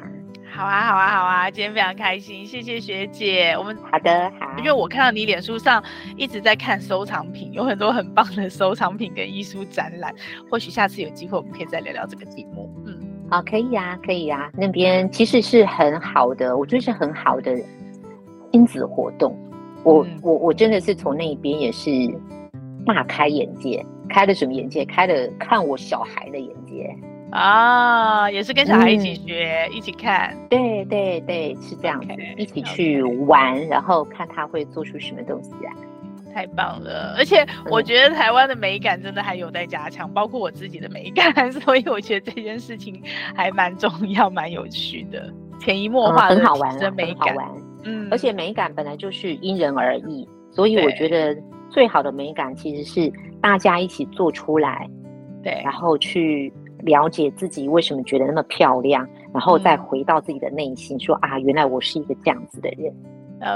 Speaker 2: 好啊，好啊，好啊，今天非常开心，谢谢学姐。我们
Speaker 1: 好的，好，
Speaker 2: 因为我看到你脸书上一直在看收藏品，有很多很棒的收藏品跟艺术展览，或许下次有机会我们可以再聊聊这个题目。嗯，
Speaker 1: 好，哦可以呀、可以呀、那边其实是很好的，我觉得是很好的亲子活动。我、
Speaker 2: 嗯
Speaker 1: 我我真的是从那边也是大开眼界，开了什么眼界？开了看我小孩的眼界。
Speaker 2: 啊，也是跟小孩一起
Speaker 1: 嗯
Speaker 2: 学，一起看。
Speaker 1: 对对对，是这样子
Speaker 2: OK，
Speaker 1: 一起去玩，然后看他会做出什么东西来。
Speaker 2: 太棒了！而且我
Speaker 1: 嗯
Speaker 2: 觉得台湾的美感真的还有待加强，包括我自己的美感， 所以我觉得这件事情还蛮重要、蛮有趣的，潜移默
Speaker 1: 嗯
Speaker 2: 化的
Speaker 1: 很好玩
Speaker 2: 提
Speaker 1: 啦，
Speaker 2: 升美
Speaker 1: 很好
Speaker 2: 感。
Speaker 1: 玩。
Speaker 2: 嗯，
Speaker 1: 而且美感本来就是因人而异，所以我
Speaker 2: 对
Speaker 1: 觉得最好的美感其实是大家一起做出来，
Speaker 2: 对
Speaker 1: 然后去了解自己为什么觉得那么漂亮，然后再
Speaker 2: 嗯
Speaker 1: 回到自己的内心，说啊，原来我是一个这样子的人。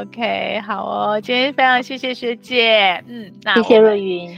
Speaker 2: ，OK，好哦，今天非常谢谢学姐，嗯，那
Speaker 1: 谢谢
Speaker 2: 我们
Speaker 1: 若云。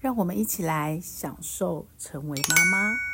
Speaker 3: 让我们一起来享受成为妈妈。